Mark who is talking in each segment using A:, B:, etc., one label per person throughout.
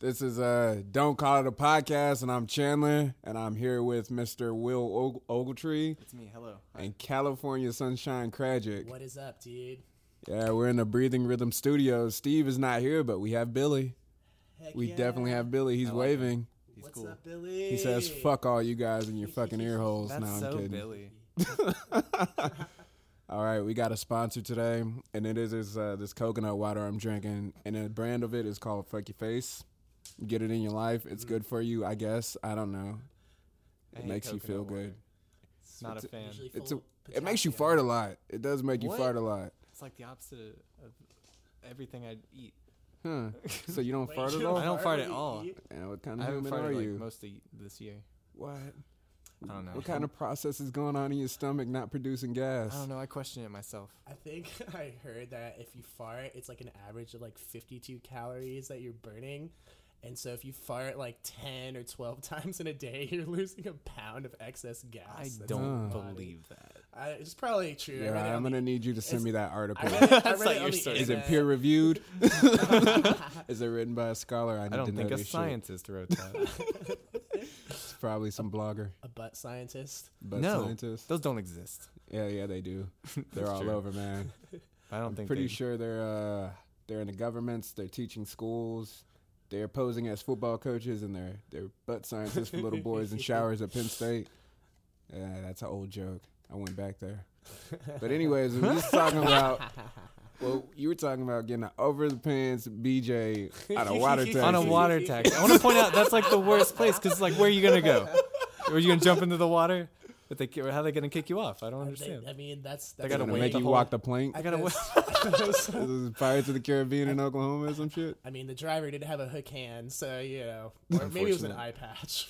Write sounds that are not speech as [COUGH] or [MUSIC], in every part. A: This is uh Don't Call It a Podcast, and I'm Chandler, and I'm here with Mr. Will Og- Ogletree
B: It's me. Hello.
A: and California Sunshine Cradgick.
C: What is up, dude?
A: Yeah, we're in the Breathing Rhythm Studios. Steve is not here, but we have Billy.
C: Heck
A: We
C: yeah.
A: definitely have Billy. He's waving.
B: He's
C: What's
B: cool.
C: up, Billy?
A: He says, "Fuck all you guys in your
B: [LAUGHS]
A: fucking ear holes."
B: That's
A: no, I'm
B: so
A: kidding.
B: Billy.
A: All right, we got a sponsor today, and it is this, uh, this coconut water I'm drinking, and the brand of it is called Fuck Your Face. Get it in your life. It's good for you, I guess. I don't know.
B: Mm. I
A: It
B: hate
A: makes you
B: coconut
A: feel
B: water.
A: good.
B: Not a
A: It's-
B: fan.
C: Usually
A: It's a,
C: full of
A: it makes you
C: potassium.
A: fart a lot. It does make you
B: What?
A: fart a lot.
B: It's like the opposite of everything I eat.
A: Huh. So you don't
C: Wait,
A: fart
C: you
A: at
C: don't
A: all?
B: I don't fart at
C: when you
B: all.
C: eat?
A: And Mm, what kind
B: I
A: of
B: haven't
A: human are
B: farted like
A: you?
B: most of this year.
A: what?
B: I don't know.
A: What kind of process is going on in your stomach not producing gas?
B: I don't know. I question it myself.
C: I think [LAUGHS] I heard that if you fart, it's like an average of like 52 calories that you're burning. And so if you fart like 10 or 12 [LAUGHS] times in a day, you're losing a pound of excess gas.
B: I
C: that's in
B: don't
C: your body.
B: believe that.
C: I, it's probably true. I
A: Yeah,
C: read it
A: I'm
C: on the-
A: gonna need you to send
C: it's-
A: me that
B: [LAUGHS]
C: I
A: article.
C: read it, I
B: That's
C: read
B: like
C: it on
B: your
C: the
B: story.
A: Is it
C: internet.
A: peer
B: [LAUGHS]
A: reviewed? is it written by a scholar? I need
B: I
A: to
B: don't
A: know
B: think a
A: this shit. [LAUGHS]
B: scientist wrote that.
A: It's probably some blogger,
C: A butt scientist.
A: but
B: No.
A: scientist.
B: Those don't exist.
A: Yeah, yeah, they do.
B: [LAUGHS]
A: They're
B: That's
A: all
B: true.
A: over, man.
B: I don't
A: I'm
B: think.
A: pretty
B: they-
A: sure they're uh, they're in the governments. They're teaching schools. They're posing as football coaches, and they're they're butt scientists for little
B: [LAUGHS]
A: boys in showers at Penn State. Yeah, that's an old joke. I went back there. But anyways, we we're just talking
B: [LAUGHS]
A: about. Well, you were talking about getting an over the pants BJ out
B: [LAUGHS]
A: of water tank.
B: On a water taxi. I want to point out that's like the worst place because like where are you gonna go? Are you gonna jump into the water? But they how are they gonna kick you off? I don't
C: They,
B: understand.
C: I mean, that's,
B: They
C: that's
B: gotta
A: Gonna
B: wait
A: make
B: the
A: you
B: whole-
A: walk the plank.
C: [LAUGHS]
B: I gotta. wa-
A: [LAUGHS] This is Pirates of the Caribbean in Oklahoma or some shit.
C: I mean, the driver did have a hook hand, so you know, or maybe it was an
A: Unfortunately.
C: eye patch.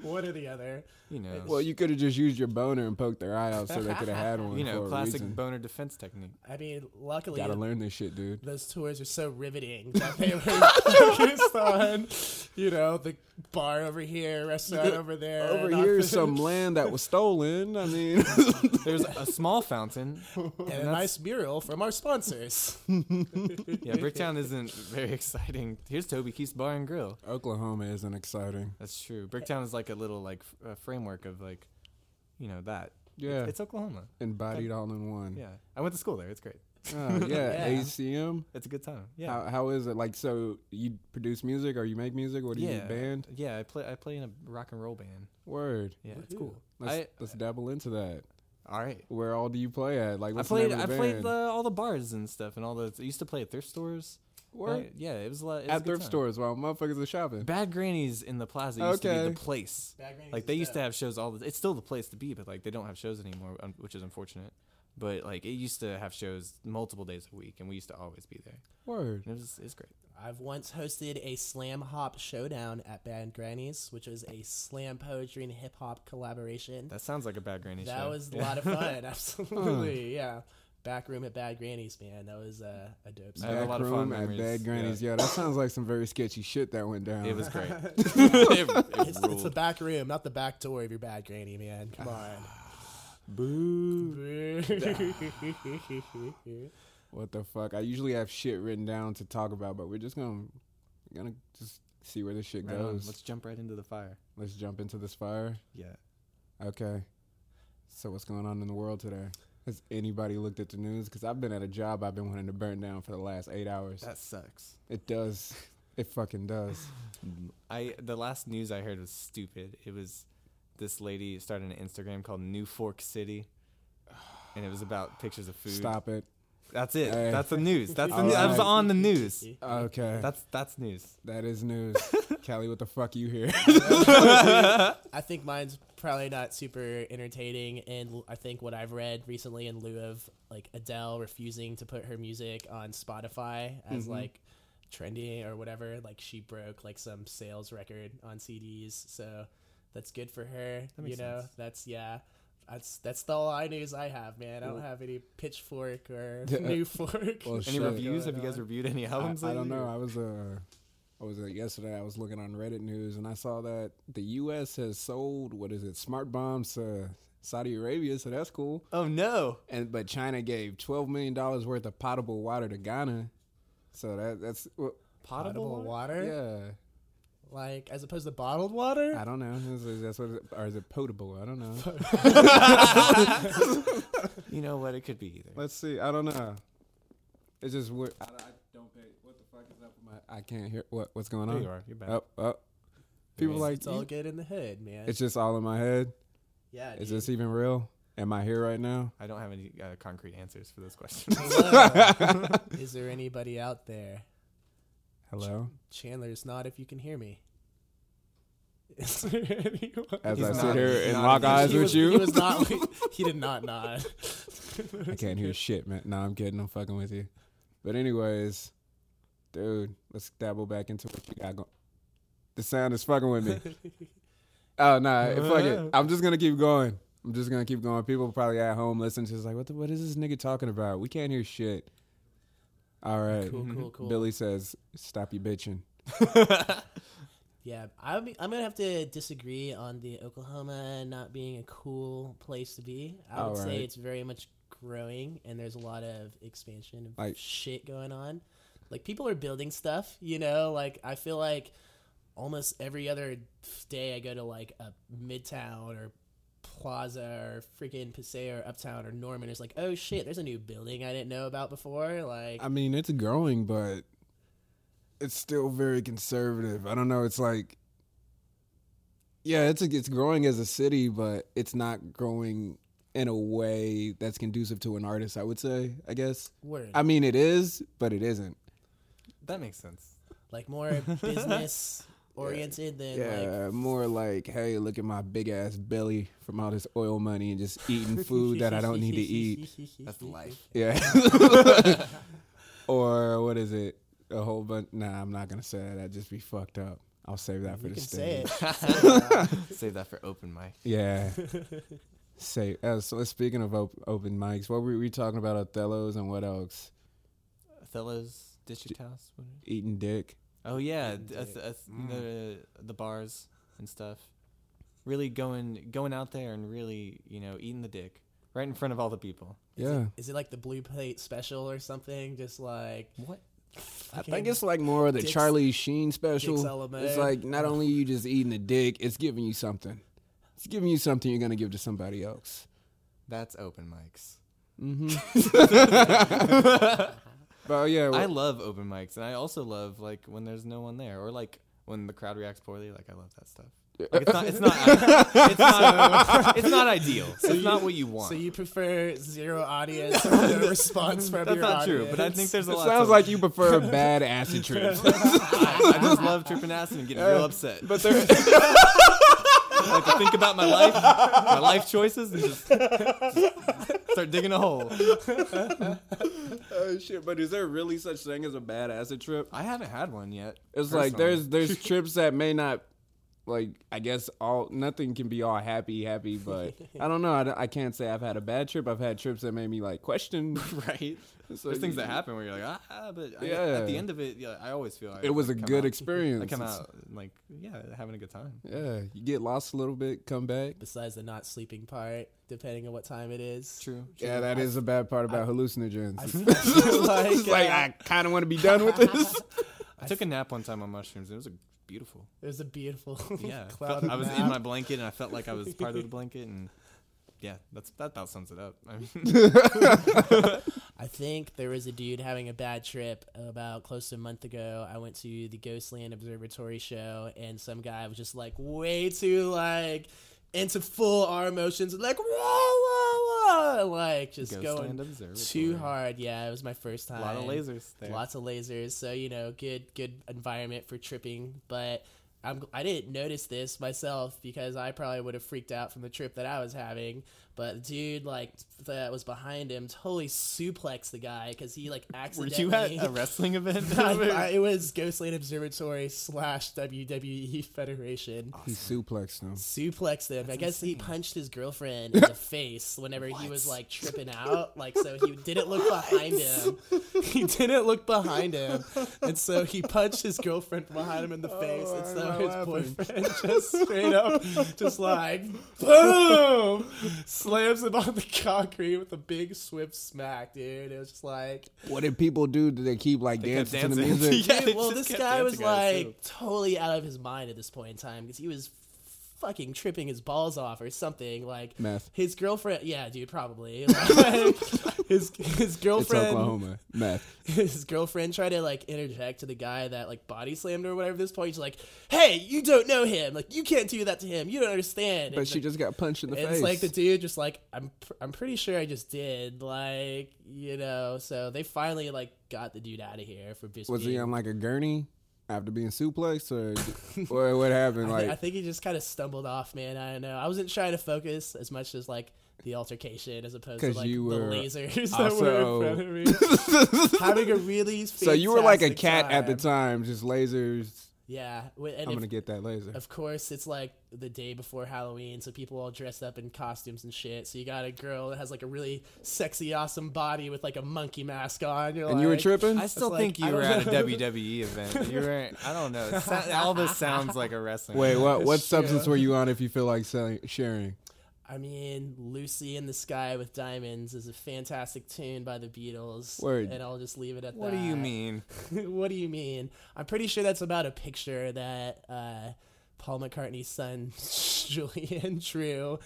C: [LAUGHS] One or the other.
B: You know.
A: Well, you could have just used your boner and poked their eye out so they could have had one.
B: [LAUGHS] you know,
A: for
B: classic
A: A reason.
B: boner defense technique.
C: I mean, luckily
A: Gotta learn this shit, dude.
C: those tours are so riveting that they were [LAUGHS] focused on, you know, the bar over here, restaurant over there.
A: Over
C: and
A: here is
C: often-
A: some land that was stolen. I
B: [LAUGHS]
A: mean,
B: There's a
A: [LAUGHS]
B: small fountain.
C: and a nice mural from our sponsors.
B: Yeah, Bricktown isn't very exciting. Here's Toby Keith's Bar and Grill.
A: Oklahoma isn't exciting.
B: That's true. Bricktown is like a little like f- uh, framework of like, you know that.
A: Yeah,
B: It's Oklahoma.
A: embodied all in one.
B: Yeah, I went to school there. It's great.
A: Oh, yeah.
B: [LAUGHS]
C: Yeah.
A: ACM.
B: It's a good time. Yeah.
A: How, how is it? Like, so you produce music or you make music? What do you
B: yeah.
A: band?
B: Yeah, I play. I play in a rock and roll band.
A: Word.
B: Yeah, it's
C: Woohoo.
B: cool.
A: Let's
B: I-
A: let's dabble into that.
B: All right.
A: Where all do you play at? Like,
B: I
A: what's
B: played.
A: the name
B: I
A: of the
B: played
A: band?
B: the, all the bars and stuff and all the. I used to play at thrift stores.
A: Word.
B: I- yeah, it was a lot. It was a
A: at
B: good
A: thrift
B: time.
A: stores while motherfuckers are shopping.
B: Bad Grannies in the plaza used to
A: Okay.
B: be the place.
C: Bad Grannies
B: Like
C: is
B: they used to
C: dope.
B: have shows all the. It's still the place to be, but like they don't have shows anymore, um, which is unfortunate. But like it used to have shows multiple days a week, and we used to always be there.
A: Word.
B: And it was it's great.
C: I've once hosted a slam hop showdown at Band Grannies, which was a slam poetry and hip hop collaboration.
B: That sounds like a Bad Granny show.
C: That was a lot of fun. [LAUGHS] Absolutely, yeah. Back room at Bad Granny's, man. That was uh, a dope.
B: I have a
A: Back
B: lot of fun
A: room at
B: memories.
A: Bad Granny's. Yeah. that sounds like some very sketchy shit that went down.
B: It was [LAUGHS] great. It- [LAUGHS] it
C: It's, it's
A: [LAUGHS]
B: ruled.
C: the back room, not the back door of your Bad Granny, man. Come on. [LAUGHS] Boo.
A: What the fuck? I usually have shit written down to talk about, but we're just gonna we're gonna just see where this shit
B: Right on.
A: goes.
B: Let's
A: Let's,
B: jump right into the fire.
A: jump into this fire.
B: Yeah.
A: Okay. So what's going on in the world today? Has anybody looked at the news? Because I've been at a job I've been wanting to burn down for the last eight hours.
B: That sucks.
A: It does. It fucking does.
B: I the last news I heard was stupid. It was this lady started an Instagram called New Fork City, and it was about pictures of food.
A: Stop it.
B: That's it.
A: Hey.
B: That's the news. That's
A: [LAUGHS]
B: the
A: All
B: news. I was
A: right.
B: on the news.
A: Okay.
B: [LAUGHS] That's that's news.
A: that is
B: [LAUGHS]
A: news. Callie, what the fuck you here?
C: I think mine's probably not super entertaining, and l- I think what I've read recently in lieu of like Adele refusing to put her music on Spotify as like trendy or whatever, like she broke like some sales record on CDs, so that's good for her.
B: That
C: you
B: makes
C: know,
B: sense.
C: that's yeah. That's that's the all I news I have, man. I don't have any pitchfork or [LAUGHS]
A: Yeah.
C: new fork.
A: Well,
B: Any
A: Shit.
B: reviews? Have you guys
C: Going on.
B: reviewed any
A: I,
B: albums?
A: I don't
B: lately?
A: know. I was uh I was uh, yesterday I was looking on Reddit news and I saw that the US has sold what is it, smart bombs to Saudi Arabia, so that's cool.
B: Oh no!
A: And but China gave twelve million dollars worth of potable water to Ghana. So that that's well,
B: Potable, water?
A: Eh?
C: water,
A: Yeah.
C: like as opposed to bottled water.
A: I don't know. Is- is- That's what, it- or is it potable? I don't [LAUGHS] know.
B: You know what? It could be either.
A: Let's see. I don't know. It's just weird. I, I don't pay. What the fuck is up with my? I can't hear what what's going
B: There
A: on.
B: you are. You're back.
A: Oh, oh. People
B: It's-
A: like
C: It's all
A: you-
C: good in the hood, man.
A: it's just all in my head.
C: yeah.
A: Is
C: dude.
A: this even real? Am I here right now?
B: I don't have any uh, concrete answers for those [LAUGHS] questions.
C: Hello. Is there anybody out there?
A: Hello.
C: Chandler's not if you can hear me. Is there anyone?
A: As
B: He's
A: I sit
B: nodding.
A: here
B: He's
A: and
B: nodding.
A: lock eyes
C: he
A: with
C: was,
A: you,
C: He was not. He did
A: [LAUGHS]
C: not nod.
A: I can't hear shit, man. No, I'm kidding. I'm fucking with you. But anyways, dude, let's dabble back into what you got going. The sound is fucking with
C: [LAUGHS]
A: me. Oh no, fuck it. I'm just gonna keep going. I'm just gonna keep going. People probably at home listening to this like, what the, what is this nigga talking about? We can't hear shit. All right,
C: Cool, cool, cool.
A: Billy says, stop you bitching.
C: Yeah, I'm, I'm gonna have to disagree on the Oklahoma not being a cool place to be. I would say
A: Alright.
C: it's very much growing, and there's a lot of expansion of
A: Like-
C: shit going on. Like people are building stuff, you know. Like I feel like almost every other day I go to like a midtown or plaza or freaking Paseo or uptown or Norman. It's like, oh shit, there's a new building I didn't know about before. Like
A: I mean, it's growing, but it's still very conservative. I don't know. It's like, yeah, it's it's growing as a city, but it's not growing in a way that's conducive to an artist. I would say, I guess.
C: word,
A: I mean, it is, but it isn't.
B: that makes sense.
A: [LAUGHS]
C: like more business oriented than like
A: Yeah, more like, hey, look at my big ass belly from all this oil money and just
C: [LAUGHS]
A: eating food that I don't need to eat. [LAUGHS]
B: That's life.
A: Yeah. or what is it? A whole bunch. Nah, I'm not gonna say that. That'd just be fucked up. I'll save that for
C: You
A: the
C: can
A: stage.
C: say
B: [LAUGHS]
C: it.
B: Save that for open mic.
C: [LAUGHS]
A: Yeah. Say uh, so. Speaking of op- open mics, what were we talking about? Othello's and what else?
B: Othello's District House. what is it?
A: Eating dick.
B: Oh yeah,
C: Eating
B: th-
C: dick.
B: th- uh,
A: Mm.
B: the the bars and stuff. Really going going out there and really you know eating the dick right in front of all the people.
A: Yeah,
C: Is it like the blue plate special or something? Just like
B: What?
A: I
C: fucking
A: think it's like more of the
C: Dicks-
A: Charlie Sheen
C: Dicks
A: special.
C: Alamo.
A: It's like not only you just eating the dick, it's giving you something. It's giving you something you're gonna give to somebody else.
B: That's open mics.
A: But yeah,
B: I
A: well,
B: love open mics, and I also love like when there's no one there, or like when the crowd reacts poorly. Like I love that stuff. Like, it's not. It's
A: [LAUGHS]
B: not. it's, not it's not ideal. it's not what you want.
C: So you prefer
B: [LAUGHS]
C: zero audience or no response from
B: That's
C: your
B: not true. But I
C: audience?
B: think there's a
A: it
B: lot.
A: sounds
B: to-
A: like you prefer a [LAUGHS] bad acid trip.
B: I, I
A: [LAUGHS]
B: just love tripping acid and getting real upset.
A: but there,
B: I like to think about my life, my life choices,
A: [LAUGHS]
B: and just, just start digging a hole.
A: oh shit! But is there really such thing as a bad acid trip?
B: I haven't had one yet.
A: It's like
B: personally.
A: there's
B: [LAUGHS]
A: there's trips that may not like I guess all nothing can be all happy happy, but
B: [LAUGHS]
A: I don't know. I, don't- I can't say I've had a bad trip. I've had trips that made me like
B: [LAUGHS]
A: question.
B: right.
A: It's
B: There's
A: like-
B: things that happen where you're like, ah, but I,
A: Yeah.
B: at the end of it, yeah, I always feel like
A: It was
B: I
A: a
B: come
A: good
B: out-
A: experience.
B: I come
A: It's-
B: out like yeah, having a good time.
A: Yeah, you get lost a little bit, come back.
C: besides the not sleeping part, depending on what time it is.
B: [LAUGHS]
C: [LAUGHS]
B: True.
A: Yeah, that is a bad part about hallucinogens. [LAUGHS]
C: like,
A: it's like
C: uh,
A: I kind of want to be done with
B: [LAUGHS]
A: this.
B: I took a nap one time on mushrooms. It was a beautiful.
C: it was a beautiful [LAUGHS]
B: Yeah, I
C: cloud.
B: felt- I was
C: of
B: in
C: nap.
B: my blanket and I felt like I was part
C: [LAUGHS]
B: of the blanket, and yeah, that's that about sums it up. [LAUGHS] I mean,
C: I think there was a dude having a bad trip about close to a month ago. I went to the Ghostland Observatory show, and some guy was just like way too like into full R emotions, like whoa, whoa, whoa, like just
B: Ghostland
C: going
B: Observatory.
C: too hard. Yeah, it was my first time.
B: A lot of lasers. There.
C: Lots of lasers. So you know, good good environment for tripping, but. I'm, I didn't notice this myself because I probably would have freaked out from the trip that I was having. But the dude, like that was behind him, totally suplexed the guy because he like
B: Were
C: accidentally.
B: you at a wrestling event?
C: [LAUGHS] I- I- it was Ghostland Observatory slash WWE Federation.
A: He suplexed
B: [LAUGHS]
A: them.
C: Suplexed him. I guess he punched his girlfriend in the face whenever he was like tripping out. Like so, he didn't look behind him. He didn't look behind him, and so he punched his girlfriend from behind him in the face. and
A: why
C: so
A: am I
C: his
A: laughing?
C: boyfriend just straight up, just like boom. slams it on the concrete with a big swift smack, dude. It was just like,
A: What did people do? Did they keep like
B: They kept
A: dancing, to the
B: dancing.
A: music?
B: [LAUGHS] Yeah, they
C: well,
B: just
C: this
B: kept
C: guy was
B: dancing on the
C: like
B: field.
C: totally out of his mind at this point in time because he was fucking tripping his balls off or something. Like
A: Meth.
C: his girlfriend, yeah, dude, probably. [LAUGHS] Like, his his
A: It's
C: girlfriend,
A: Oklahoma. Meth.
C: [LAUGHS] his girlfriend tried to like interject to the guy that like body slammed her or whatever. At this point, she's like, "Hey, you don't know him. Like you can't do that to him. You don't understand."
A: But
C: And
A: she
C: the-
A: just got punched in the
C: and
A: face.
C: it's like the dude just like I'm pr- I'm pretty sure I just did like you know so they finally like got the dude out of here for just
A: was he
C: being-
A: on like a gurney after being suplexed, or [LAUGHS] or what happened?
C: I, thi-
A: Like
C: I think he just kind of stumbled off, man. I don't know. I wasn't trying to focus as much as like the altercation as opposed to
A: 'Cause
C: like
A: you
C: the
A: were
C: lasers
A: also-
C: that were in
A: [LAUGHS]
C: front of me. Having a really
A: so, you were like a
C: fantastic
A: cat at the time, just lasers.
C: Yeah, wi- and
A: I'm
C: if,
A: gonna get that laser.
C: of course it's like the day before Halloween, so people all dressed up in costumes and shit. So you got a girl that has like a really sexy, awesome body with like a monkey mask on. You're
A: and you were
C: like-
A: tripping.
B: I still
C: like,
B: think
C: I
B: you were at
C: don't
B: a
C: know.
B: WWE event. You were. I don't know. It
C: [LAUGHS]
B: sound- all this sounds like a wrestling.
A: Wait,
B: [LAUGHS] event.
A: what? What
C: Sure.
A: substance were you on? If you feel like selling, sharing,
C: I mean, Lucy in the Sky with Diamonds is a fantastic tune by the Beatles.
A: Word.
C: And I'll just leave it at
B: What
C: that.
B: do you mean?
C: [LAUGHS] what do you mean? I'm pretty sure that's about a picture that uh, Paul McCartney's son, [LAUGHS] Julian Drew,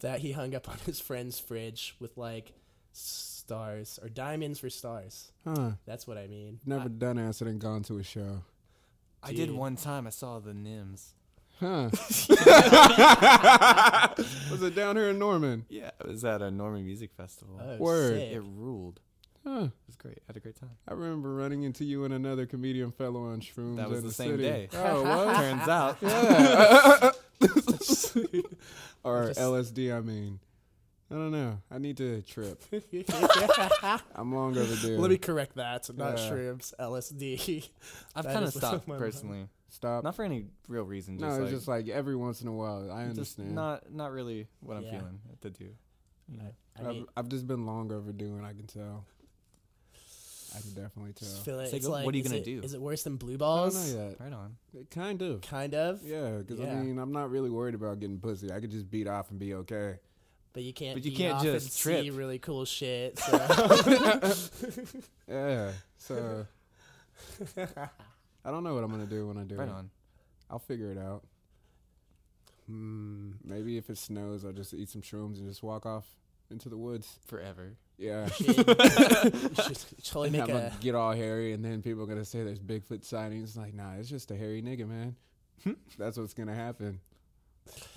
C: that he hung up on his friend's fridge with like stars or diamonds for stars.
A: huh?
C: That's what I mean.
A: Never done acid and gone to a show,
B: I did
C: Dude.
B: one time. I saw the Nims.
A: huh? [LAUGHS] was it down here in Norman?
B: Yeah, it was at a Norman Music Festival.
C: Oh,
A: Word.
C: sick.
B: It ruled.
A: Huh?
B: It was great. I had a great time.
A: I remember running into you and another comedian fellow on shrooms.
B: That was
A: in
B: the same
A: city.
B: day.
A: Oh,
B: [LAUGHS]
A: what?
B: Turns
A: [LAUGHS]
B: out,
A: [LAUGHS] or
C: Just-
A: LSD. I mean, I don't know. I need to trip.
C: [LAUGHS]
B: [LAUGHS]
A: I'm long overdue.
C: Let me correct that. Not
A: Yeah.
C: shrooms, LSD.
B: I've
C: That
B: kind of
C: is what
B: stopped
C: my mom-
B: personally,
A: stop.
B: not for any real reason.
A: no,
B: Just
A: it's
B: like,
A: just like every once in a while. I understand.
B: just not not really what I'm
C: Yeah.
B: feeling to do. You know.
C: I
A: I've,
C: mean,
A: I've just been long overdue, and I can tell. I can definitely tell.
C: just feel it.
B: It's like,
C: It's
B: what
C: like,
B: are you
C: is
B: gonna
C: it-
B: do?
C: Is it worse than blue
A: I
C: balls?
A: don't know
B: Right on.
A: yet. Kind of.
C: Kind of,
A: Yeah, because I
C: Yeah.
A: mean, I'm not really worried about getting pussy. I could just beat off and be okay.
C: but you can't.
B: But you
C: beat
B: can't
C: off
B: just
C: and see
B: trip.
C: really
B: [LAUGHS]
C: cool shit. So.
A: Yeah.
B: [LAUGHS]
A: So I don't know what I'm gonna do when I do
B: Right
A: it.
B: on.
A: I'll figure it out. Hmm. Maybe if it snows, I'll just eat some shrooms and just walk off into the woods.
B: Forever.
A: Yeah.
B: [LAUGHS]
C: Should- should totally
A: And
C: [LAUGHS] make
A: I'm
C: a.
A: gonna get all hairy, and then people are gonna say there's Bigfoot sightings. Like, nah, it's just a hairy nigga, man.
C: Hmm?
A: That's what's gonna happen.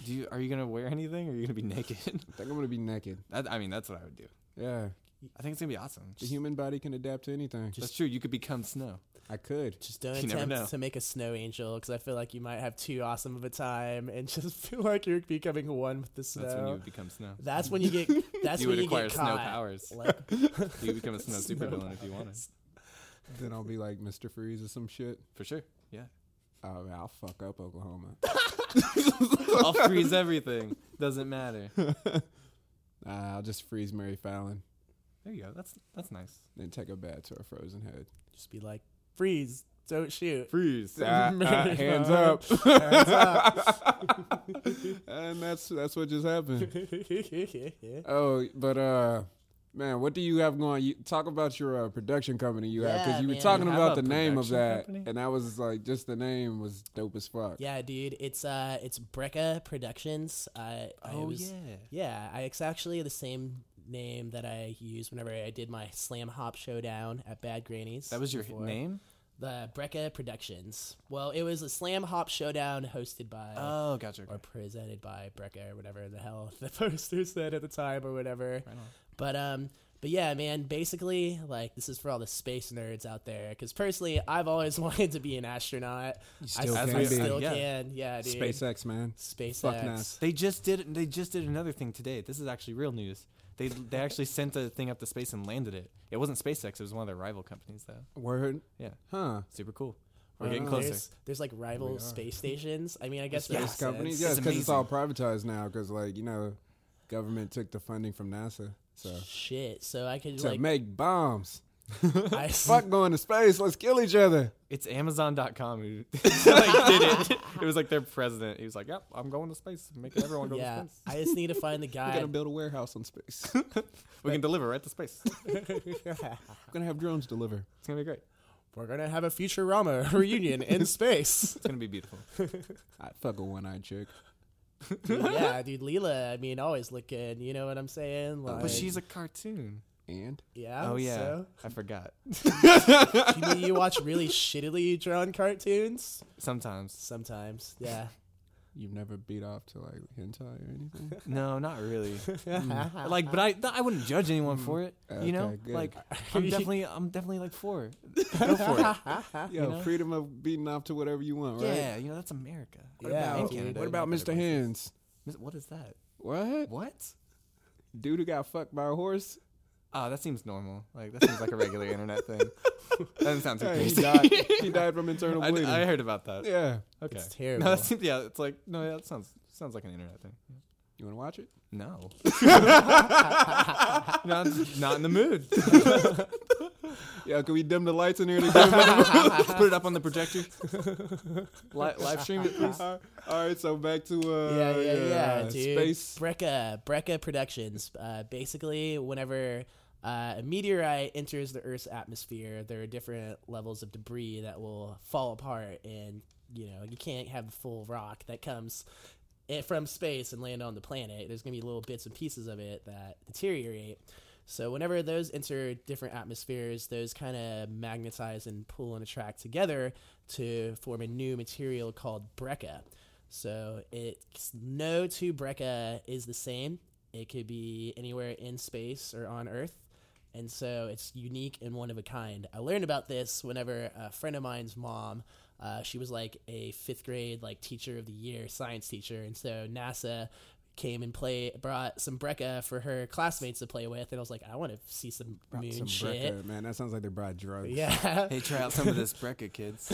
B: Do you, are you gonna wear anything? or Are you gonna be [LAUGHS] naked?
A: I think I'm gonna be naked.
B: that, I mean, that's what I would do.
A: Yeah,
B: I think it's gonna be awesome.
A: the human body can adapt to anything.
B: that's true. You could become snow.
A: I could.
C: Just don't
B: You never know.
C: attempt to make a snow angel because I feel like you might have too awesome of a time and [LAUGHS] just feel like you're becoming one with the snow.
B: That's when you would become snow. [LAUGHS]
C: get. That's
B: you
C: when
B: would
C: you
B: acquire
C: get
B: snow
C: caught.
B: powers.
C: [LAUGHS] Like,
B: You become a snow
C: Snow
B: supervillain if you wanted.
A: Then I'll be like Mr. Freeze or some shit. [LAUGHS]
B: For sure. Yeah.
A: Oh, man, I'll fuck up Oklahoma.
B: I'll freeze everything. Doesn't matter.
A: Nah, I'll just freeze Mary Fallon,
B: There you go. That's that's nice.
A: then take a bat to her frozen head.
C: just be like, freeze,
B: [LAUGHS]
C: don't shoot.
B: Freeze.
C: [LAUGHS]
A: Ah, ah, hands up.
C: Hands up. [LAUGHS]
A: and that's that's what just happened. Oh, but uh, man, what do you have going? You, talk about your uh, production company you have
C: Yeah,
A: because you were
C: man.
A: talking
B: We have
A: about the
B: a
A: name of
B: production
A: that,
B: company?
A: and that was like just the name was dope as fuck.
C: yeah, dude, it's uh, it's Brecca Productions. I, I
B: Oh
C: was,
B: yeah.
C: Yeah, I, it's actually the same name that I used whenever I did my Slam Hop Showdown at Bad Granny's.
B: That was your
C: before.
B: name?
C: The Brecca Productions. Well, it was a Slam Hop Showdown hosted by
B: Oh, gotcha.
C: Uh, or presented by Brecca or whatever the hell [LAUGHS] the poster said at the time or whatever.
B: Right on.
C: But um, but yeah, man. Basically, like this is for all the space nerds out there. Because personally, I've always [LAUGHS] wanted to be an astronaut.
A: still
C: I
A: can
C: I
A: be.
C: still
B: Yeah.
C: can. Yeah, dude.
A: SpaceX, man.
C: SpaceX. Uh-huh.
A: Fuck NASA.
B: They just did they just did another thing today. This is actually real news. They they actually [LAUGHS] sent a thing up to space and landed it. It wasn't SpaceX, it was one of their rival companies though.
A: Word,
B: Yeah.
A: huh?
B: Super cool. We're
C: Um,
B: getting closer.
C: There's, there's like rival space stations. I mean, I guess that
A: Space
C: makes
A: companies,
C: sense.
A: yeah,
B: It's
A: because it's all privatized now. Because like you know, government took the funding from NASA, so
C: Shit. So I could
A: to
C: like
A: make bombs. [LAUGHS]
C: I,
A: Fuck going to space. Let's kill each other.
B: It's Amazon.com
C: [LAUGHS]
B: who [LAUGHS] like, did it. It was like their president. He was like, "Yep, I'm going to space. Making everyone go
C: [LAUGHS] yeah,
B: to space.
C: I just need to find
A: [LAUGHS]
C: the
A: We're
C: guy.
A: gonna build a warehouse on space.
B: We can deliver right to space. It's
A: We're gonna have drones deliver.
B: gonna be great.
C: We're gonna have a Futurama [LAUGHS]
B: [LAUGHS]
C: reunion in space.
B: It's gonna be
C: [LAUGHS]
B: beautiful.
A: I fuck a one-eyed chick.
C: Dude,
B: [LAUGHS]
C: yeah, dude, Leela. I mean, always look good. You know what I'm saying? Like,
B: But she's a cartoon.
A: And
C: yeah.
B: oh yeah, [LAUGHS]
C: so?
B: I forgot.
C: you mean you watch really shittily drawn cartoons?
B: Sometimes.
C: Sometimes, yeah.
A: you've never beat off to like hentai or anything.
B: No, not really. Mm. like, but I th- I wouldn't judge anyone for it.
A: Okay,
B: you know,
A: good.
B: like I'm definitely I'm definitely like for it. Go for
A: Yo,
B: it. You know?
A: freedom of beating off to whatever you want, right?
B: Yeah, you know that's America.
C: What Yeah, about-
A: Oh,
B: And
C: dude.
B: Canada,
A: what about
B: you know,
A: Mr.
B: better
A: Hands?
B: places. What is that?
A: What?
B: What?
A: Dude who got fucked by a horse?
B: Oh, that seems normal. Like that seems like a regular internet thing. That doesn't sound too
A: Hey, he
B: crazy.
A: died. [LAUGHS] he died from internal
B: [LAUGHS] I,
A: bleeding.
B: I heard about that.
A: yeah.
B: Okay.
C: It's terrible.
B: No, that seems, yeah, it's like no, yeah, that sounds sounds like an internet thing.
A: You want to watch it?
B: No. no, I'm just not in the mood. [LAUGHS]
A: Yeah, can we dim the lights in here together?
B: Put it up on the projector. [LAUGHS] Li- live stream it, please.
A: Uh-huh. All right, so back to uh,
C: yeah, yeah, yeah,
A: uh,
C: dude.
A: space.
C: Brecca, Brecca Productions. Uh, basically, whenever uh, a meteorite enters the Earth's atmosphere, there are different levels of debris that will fall apart, and you know you can't have the full rock that comes it from space and land on the planet. There's gonna be little bits and pieces of it that deteriorate. So whenever those enter different atmospheres, those kind of magnetize and pull and attract together to form a new material called breccia. So it's no two breccia is the same. It could be anywhere in space or on Earth. And so it's unique and one of a kind. I learned about this whenever a friend of mine's mom, uh, she was like a fifth grade like teacher of the year science teacher, and so NASA came and play brought some breccia for her classmates to play with, and I was like, I want to see some
A: Brought
C: moon
A: some
C: shit.
A: Brecca, man. That sounds like they brought drugs.
C: [LAUGHS] Yeah,
B: Hey, try out some of this Brecca, kids.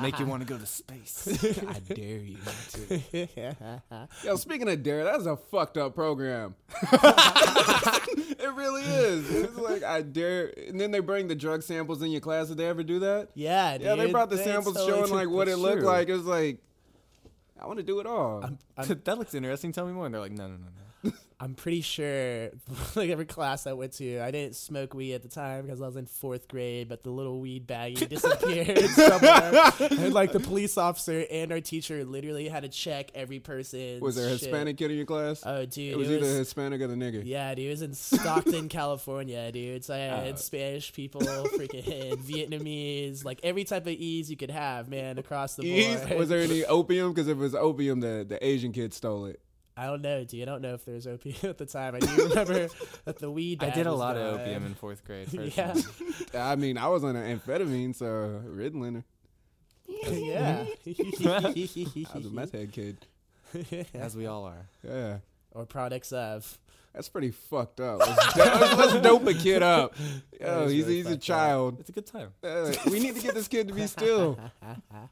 B: Make you want to go to space.
C: I dare you to.
A: [LAUGHS] Yo, speaking of Dare, that's a fucked up program. [LAUGHS] it really is. It's like I dare, and then they bring the drug samples in your class. Did they ever do that?
C: yeah, dude.
A: Yeah, they brought the
C: That's
A: samples
C: totally
A: showing like what it looked
B: true.
A: like. It was like, I want to do it all.
B: [LAUGHS] that looks interesting. Tell me more. And they're like, no, no, no, no.
C: I'm pretty sure, [LAUGHS] like every class I went to, I didn't smoke weed at the time because I was in fourth grade. But the little
A: [LAUGHS]
C: weed baggie disappeared [LAUGHS] somewhere, and like the police officer and our teacher literally had to check every person.
A: was there a Hispanic kid in your class?
C: Oh, dude,
A: it was either Hispanic or the nigga.
C: yeah, dude, it was in
A: [LAUGHS]
C: Stockton, California, dude. So I
A: Uh.
C: had Spanish people,
A: [LAUGHS]
C: freaking Vietnamese, like every type of ease you could have, man, across the
A: Ease?
C: board.
A: Was there
C: [LAUGHS]
A: any opium? Because if it was opium, the, the Asian kid stole it.
C: I don't know, dude. I don't know if there was opium [LAUGHS] at the time. I
A: [LAUGHS]
C: do remember that the weed.
B: I
C: bag
B: did a
C: was
B: lot of
C: gone.
B: opium in fourth
C: [LAUGHS]
B: grade.
C: Yeah.
B: personally.
A: I mean, I was on an amphetamine, so
C: [LAUGHS]
A: Ritalin.
C: yeah.
A: I was a meth head kid.
B: as we all
C: [LAUGHS]
B: are.
A: Yeah.
C: or products of.
A: That's pretty fucked up. Let's, do- let's dope a kid
C: [LAUGHS]
A: up.
C: That
A: Yo,
C: is
A: he's,
C: really
A: he's a
C: fucked up.
A: child.
B: It's a good time.
A: Uh, we need to get this kid to
C: [LAUGHS]
A: be still.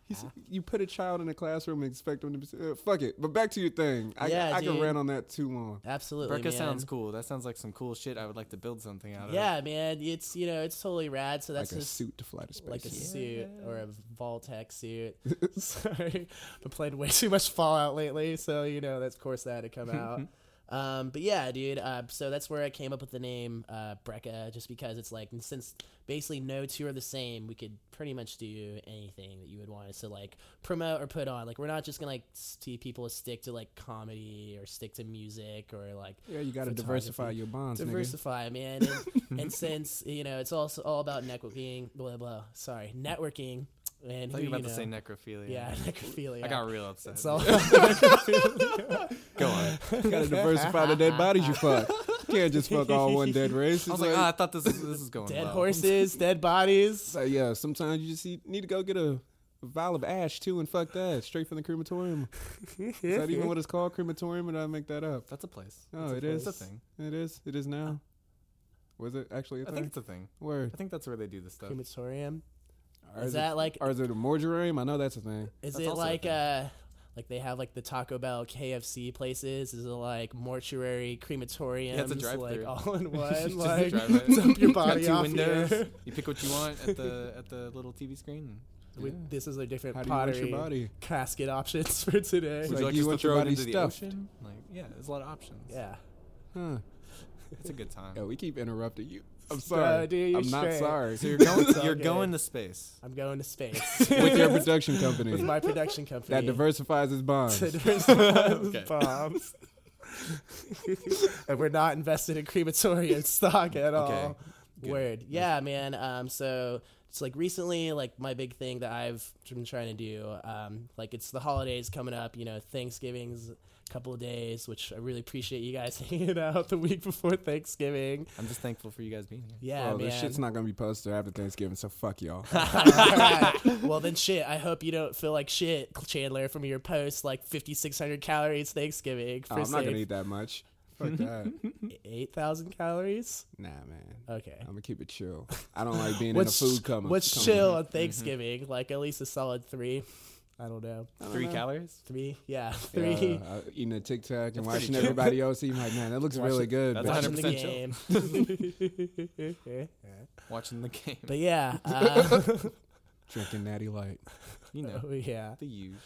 A: He's, you put a child in a classroom and expect him to be still. Uh, fuck it. But back to your thing. I,
C: Yeah,
A: I can
C: dude.
A: rant on that too long.
C: Absolutely.
B: Brecca sounds
C: man.
B: cool. That sounds like some cool shit. I would like to build something out of.
C: Yeah, man. It's you know it's totally rad. So that's
A: like a
C: just
A: suit to fly to space.
C: like a suit or a Voltec suit. Sorry, been playing way too much Fallout lately, so you know that's of course that had to come out. um, but yeah, dude. Uh, so that's where I came up with the name uh, Brecca, just because it's like since basically no two are the same, we could pretty much do anything that you would want us to like promote or put on. Like we're not just gonna like see people stick to like comedy or stick to music or like
A: Yeah, you got to
C: photography.
A: diversify your bonds, nigga.
C: diversify, man.
B: [LAUGHS]
C: And, and since you know, it's also all about networking. Blah blah. Sorry, networking.
B: I
C: And who
B: thought you
C: you
B: were about
C: know,
B: to say necrophilia.
C: yeah, [LAUGHS] necrophilia.
B: I got real upset. [LAUGHS]
C: it's all [LAUGHS]
B: Go on.
A: [LAUGHS] You got to diversify the dead bodies you
C: [LAUGHS]
A: fuck. Can't just fuck all one dead race. It's
B: I was like, ah, I thought this is, this is going
C: dead
B: well.
C: horses,
B: [LAUGHS]
C: dead bodies.
A: So yeah, sometimes you just need, need to go get a, a vial of ash too and fuck that straight from the crematorium. is that even what it's called, crematorium? Or did I make that up?
B: That's a place.
A: No,
B: It's
A: it
B: a place.
A: is.
B: It's a thing.
A: It is. It is now. Was it actually a
B: I
A: thing?
B: think it's a thing.
A: Word.
B: I think that's where they do this stuff.
C: Crematorium.
A: Or
C: Is
A: it-
C: that like?
A: Or is it a mortuarium? I know that's a thing.
C: Is
B: that's
C: it
B: also a
C: like
B: thing.
C: uh Like they have like the Taco Bell, KFC places is like mortuary, crematoriums,
B: Yeah, it's a drive-thru.
C: like
B: [LAUGHS]
C: all in
B: Just
C: one. like [LAUGHS]
B: drive it.
C: dump
B: [LAUGHS]
C: your
B: Got
C: body
B: two
C: off [LAUGHS]
B: windows.
C: here.
B: You pick what you want at the at the little TV screen.
C: We,
A: Yeah.
C: This is a different
A: How do you want
C: pottery
A: your body?
C: casket options [LAUGHS] for today.
A: It's like
B: Would you like
A: you
B: just to
A: want your
B: throw it
A: body
B: into the
A: stuffed.
B: ocean? Like, yeah, there's a lot of options.
C: Yeah.
A: Huh.
B: it's a good time.
A: [LAUGHS] Yeah, we keep interrupting you. I'm
C: No,
A: sorry.
C: dude, you're
A: I'm not
C: straight. [LAUGHS]
A: sorry.
B: So you're going,
C: It's all
B: you're
C: good.
B: going to space.
C: I'm going to space
A: With your production company
C: with my production company.
A: that diversifies its bonds.
C: [LAUGHS] to diversify
B: Okay.
C: bombs. and we're not invested in crematorium stock at all.
B: Okay, good.
C: Word. Yeah, man. Um, so it's like recently, like my big thing that I've been trying to do, um, like it's the holidays coming up, you know, Thanksgiving's a couple of days, which I really appreciate you guys [LAUGHS] hanging out the week before Thanksgiving.
B: I'm just thankful for you guys being here.
C: Yeah,
A: Oh,
C: man.
A: this shit's not gonna be posted after Thanksgiving, so fuck y'all.
C: Alright. [LAUGHS] Well, then shit. I hope you don't feel like shit, Chandler, from your post like 5,600 calories Thanksgiving.
A: Oh,
C: For
A: I'm not gonna
C: safe.
A: eat that much.
C: [LAUGHS]
A: Fuck that.
C: eight thousand calories.
A: Nah, man.
C: Okay.
A: I'm gonna keep it chill. I don't like being
C: what's
A: in a food Mm-hmm. coma.
C: what's
A: coma.
C: chill on Thanksgiving? Like at least a solid three. I don't know.
B: Three calories.
C: Three? Yeah,
A: Yeah,
C: three.
A: uh, eating a Tic Tac and
B: That's
A: watching
B: pretty chill.
A: everybody else eat. I'm Like, man, that looks
B: Watch
A: really
B: it.
A: good.
B: That's
A: bitch."
C: Watching
B: 100% chill.
C: the game. [LAUGHS]
B: Watching the game.
A: [LAUGHS]
C: but yeah, uh, [LAUGHS]
A: Drinking Natty Light.
B: you know,
C: oh, yeah.
B: the
C: [LAUGHS]
B: use.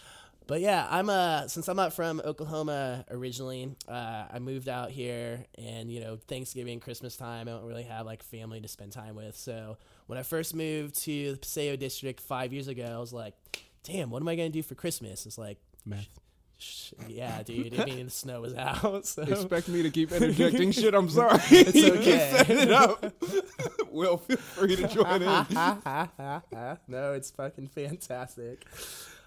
C: But yeah, I'm uh since I'm not from Oklahoma originally, uh, I moved out here, and you know Thanksgiving, Christmas time, I don't really have like family to spend time with. So when I first moved to the Paseo District five years ago, I was like, damn, what am I gonna do for Christmas? It's like,
A: Meth.
C: sh- yeah, dude. I mean, the snow was out, [LAUGHS] so
A: Expect me to keep interjecting shit. I'm sorry. [LAUGHS]
C: it's
A: You set
C: okay.
A: it up. [LAUGHS] Will, feel free to join in.
C: [LAUGHS] no, it's fucking fantastic.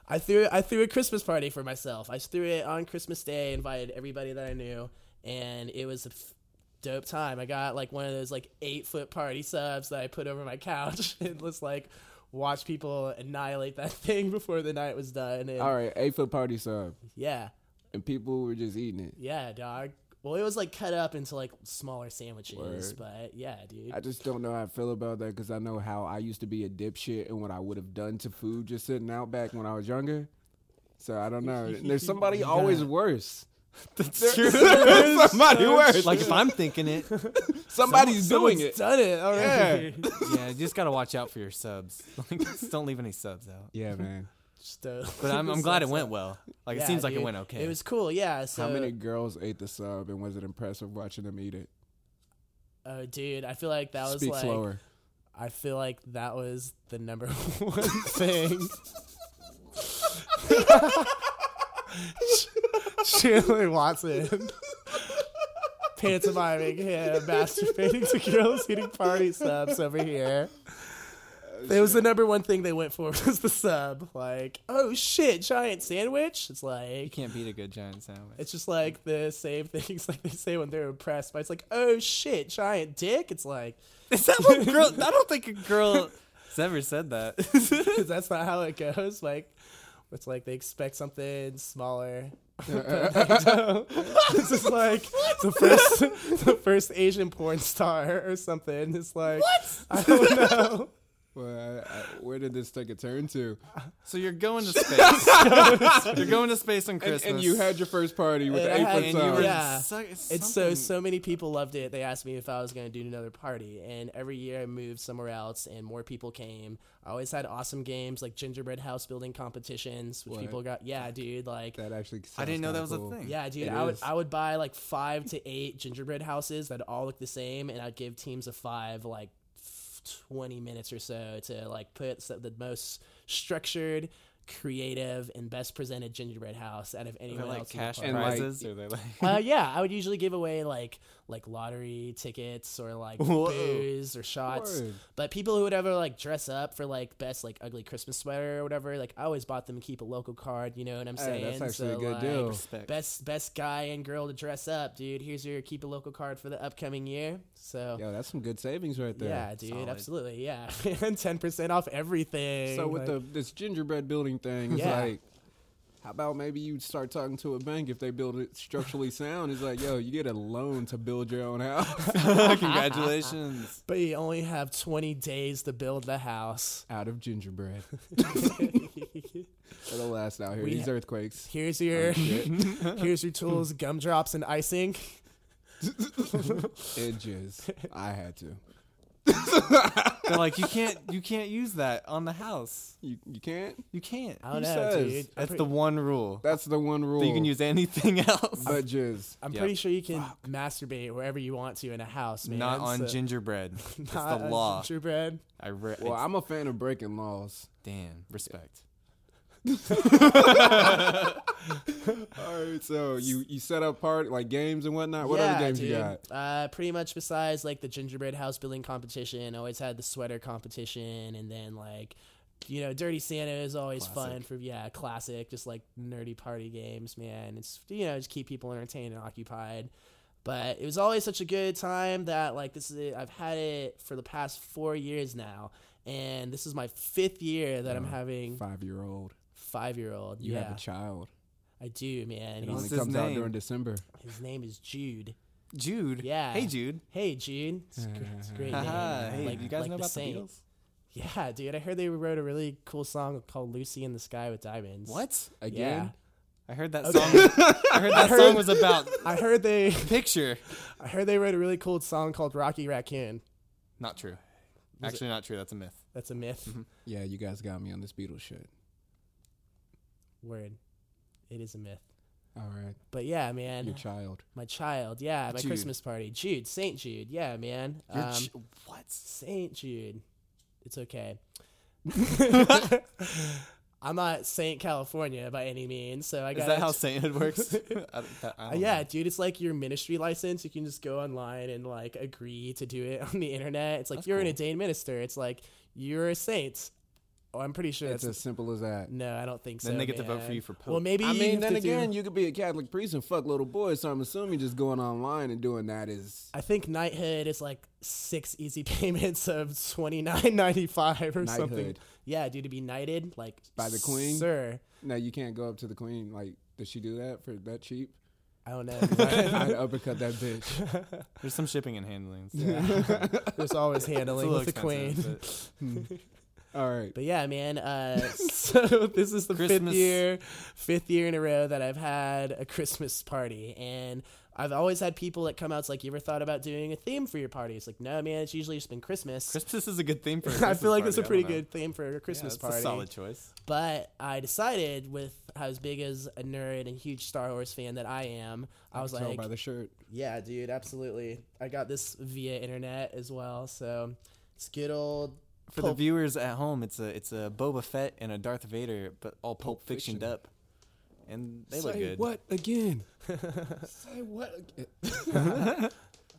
C: I threw I threw a Christmas party for myself. I threw it on Christmas Day, invited everybody that I knew, and it was a f- dope time. I got like one of those like eight foot party subs that I put over my couch [LAUGHS] and just like watch people annihilate that [LAUGHS] thing before the night was done. And
A: All right, eight foot party sub,
C: yeah,
A: and people were just eating it.
C: yeah, dog. Well, it was like cut up into like smaller sandwiches,
A: Word.
C: but yeah, dude.
A: I just don't know how I feel about that because I know how I used to be a dipshit and what I would have done to food just sitting out back when I was younger. So I don't know. There's [LAUGHS] somebody always worse.
B: That's [LAUGHS] true.
A: somebody worse.
B: like if I'm thinking
C: [LAUGHS]
B: it,
A: Somebody's doing
C: Someone's
A: it.
C: Done it
A: [LAUGHS]
C: already.
B: yeah, you just gotta watch out for your subs. [LAUGHS] Like, just don't leave any subs out.
A: Yeah, man.
C: Just, uh,
B: But I'm, I'm glad it went well. Like it
C: Yeah,
B: seems like it
C: dude.
B: went okay.
C: It was [LAUGHS] cool, yeah. So,
A: How many girls ate the sub and was it impressive watching them eat it?
C: Oh, dude, I feel like that was
A: Speak
C: like.
A: slower.
C: I feel like that was the number [LAUGHS] one thing.
B: [LAUGHS]
C: Chandler Watson [LAUGHS] pantomiming him, [LAUGHS] masturbating to girls, eating party subs over here.
B: Oh,
C: It was the number one thing they went for [LAUGHS] was the sub. Like, oh shit, giant sandwich. It's
B: you
C: like
B: can't beat a good giant sandwich.
C: It's just like the same things [LAUGHS] like they say when they're impressed. But it's like, oh shit, giant dick. It's like
B: Is that [LAUGHS] what girl? I don't think a girl has ever said that.
C: that's not how it goes. Like it's like they expect something smaller. [LAUGHS] but they don't. this is like the first the first Asian porn star or something. It's like I don't know.
A: Well, I, I, where did this take a turn to?
B: So you're going [LAUGHS] to space. you're going to space on
A: And,
B: Christmas.
A: and you had your first party with
C: And I
A: eight
C: had-
A: foot
B: And you were
A: sub.
C: Yeah.
B: so- it's
C: And so
B: something-
C: so many people loved it. They asked me if I was going to do another party, and every year I moved somewhere else, and more people came. I always had awesome games like gingerbread house building competitions, which
A: What?
C: people got. Yeah, dude, like.
A: That actually.
B: I didn't know that
A: sounds
B: was a
A: kinda cool.
B: thing.
C: yeah, dude,
A: It
C: I would
A: is.
C: I would buy like five to eight gingerbread houses that all look the same, and I'd give teams of five like f- twenty minutes or so to like put so- the most structured, creative, and best presented gingerbread house out of
B: Are
C: anyone
B: they like
C: else. in the
B: cash
C: party.
A: And, like-
B: prizes? or they like
A: [LAUGHS]
C: Uh, yeah, I would usually give away like like lottery tickets or like
B: Whoa.
C: booze or
B: [LAUGHS]
C: shots.
A: Word.
C: But people who would ever like dress up for like best like ugly Christmas sweater or whatever, like I always bought them keep a local card. You know what I'm
A: Hey,
C: saying?
A: that's actually
C: So,
A: a good
C: like,
A: deal.
B: respect?
C: Best best guy and girl to dress up, dude. Here's your keep a local card for the upcoming year. So
A: Yo, that's some good savings right there.
C: yeah, dude,
B: Solid.
C: absolutely, yeah, [LAUGHS] and ten percent off everything.
A: So with
C: like-
A: the this gingerbread building thing, it's
C: Yeah.
A: like, how about maybe you start talking to a bank if they build it structurally sound? It's like, yo, you get a loan to build your own house
B: Congratulations.
C: but you only have 20 days to build the house.
A: [LAUGHS] out of gingerbread. It'll last out here.
C: We
A: These
C: ha-
A: earthquakes.
C: Here's your
A: Oh, Shit.
C: [LAUGHS]
A: [LAUGHS]
C: here's your tools, gumdrops and icing.
A: It just, I had to.
B: [LAUGHS] They're like, you can't, you can't use that on the house.
A: You, you can't?
B: You can't.
C: I don't
A: Who
C: know,
A: says?
C: dude. I'm
B: That's
C: pre-
B: the one rule.
A: That's the one rule.
B: That you can use anything [LAUGHS] else.
A: But jizz.
C: I'm
B: Yeah.
C: pretty sure you can masturbate wherever you want to in a house, man.
B: Not on
C: so- [LAUGHS]
B: [LAUGHS] gingerbread. It's
C: not
B: the
C: on
B: law.
C: gingerbread.
B: I re-
A: Well,
B: it's-
A: I'm a fan of breaking laws.
B: damn respect.
A: All right, so you you set up part like games and whatnot. What other games you got?
C: Uh, pretty much besides like the gingerbread house building competition, I always had the sweater competition, and then like, you know, Dirty Santa is always fun for yeah, classic, just like nerdy party games, man. It's you know just keep people entertained and occupied. But it was always such a good time that like this is it. I've had it for the past four years now, and this is my fifth year that I'm having
A: Five year old.
C: five year old.
A: Uh, You
C: Yeah,
A: have a child.
C: I do, man.
A: It
C: He's-
A: only
B: his
A: comes out
B: name?
A: during December.
C: his name is Jude.
B: Jude.
C: Yeah.
B: Hey Jude.
C: Hey, Jude. It's, gr- it's a great name.
B: Haha,
C: man.
B: hey,
C: like,
B: you guys
C: like
B: know
C: the
B: about
C: Saint.
B: the Beatles?
C: Yeah, dude. I heard they wrote a really cool song called "Lucy in the Sky with Diamonds."
B: What?
A: Again?
B: I heard that song. I [LAUGHS] heard that song was about
C: I heard they. [LAUGHS]
B: picture.
C: I heard they wrote a really cool song called "Rocky Raccoon."
B: Not true. Actually, not true. That's a myth.
C: That's a myth.
B: Mm-hmm.
A: Yeah, you guys got me on this Beatles shit.
C: Word. It is a myth.
A: All right.
C: But yeah, man.
A: Your child.
C: my child. Yeah, my
B: Jude.
C: Christmas party. Jude, Saint Jude. Yeah, man.
B: You're
C: Um,
B: ch- what?
C: Saint Jude.
B: [LAUGHS]
C: It's okay. [LAUGHS] I'm not Saint California by any means, so I got
B: Is that how sainthood [LAUGHS] works? I don't- I
C: Uh,
B: don't
C: yeah,
B: know.
C: dude, it's like your ministry license. You can just go online and like agree to do it [LAUGHS] on the internet. It's like you're an
B: cool.
C: ordained minister. It's like you're a saint. Oh, I'm pretty sure
A: It's
C: that's
A: as simple as that.
C: [LAUGHS] no. I don't think so.
B: Then they get to vote for
C: man.
B: you for pope.
C: Well, maybe.
A: I
C: you
A: mean,
C: have
A: then
C: to do-
A: again, you could be a Catholic priest and fuck little boys. So I'm assuming just going online and doing that is
C: I think knighthood is like six easy [LAUGHS] payments of twenty nine ninety five or something.
A: Knighthood.
C: Yeah, dude, to be knighted like
A: By the queen?
C: sir.
A: No, you can't go up to the queen. Like, does she do that for that cheap?
C: [LAUGHS] I
B: [LAUGHS]
C: don't know.
A: I'd uppercut that bitch.
B: There's some shipping and handling. So
C: There's always
B: it's a
C: handling
B: little
C: with the queen.
B: expensive, [LAUGHS] but
A: All right.
C: But yeah,
B: [LAUGHS]
C: man. Uh, so [LAUGHS] this is the fifth
B: Christmas.
C: year, fifth year in a row that I've had a Christmas party, and I've always had people that come out. It's like, you ever thought about doing a theme for your party? It's like, no, man. It's usually just been Christmas. [LAUGHS]
B: Christmas is a good theme for. a
C: I
B: Christmas
C: feel like this is a
B: party, I
C: pretty
B: don't know.
C: good theme for a
B: Yeah,
C: Christmas
B: it's
C: party.
B: A solid choice.
C: But I decided, with how as big as a nerd and huge Star Wars fan that I am, I was
A: Tell
C: like,
A: by the shirt.
C: yeah, dude, absolutely. I got this via internet as well, so it's good old.
B: For the
C: Pulp-
B: viewers at home, it's a it's a Boba Fett and a Darth Vader, but all Pulp, Fictioned
A: Fiction.
B: up, and they
A: Say
B: look good.
A: what
C: [LAUGHS]
A: again? Say what again?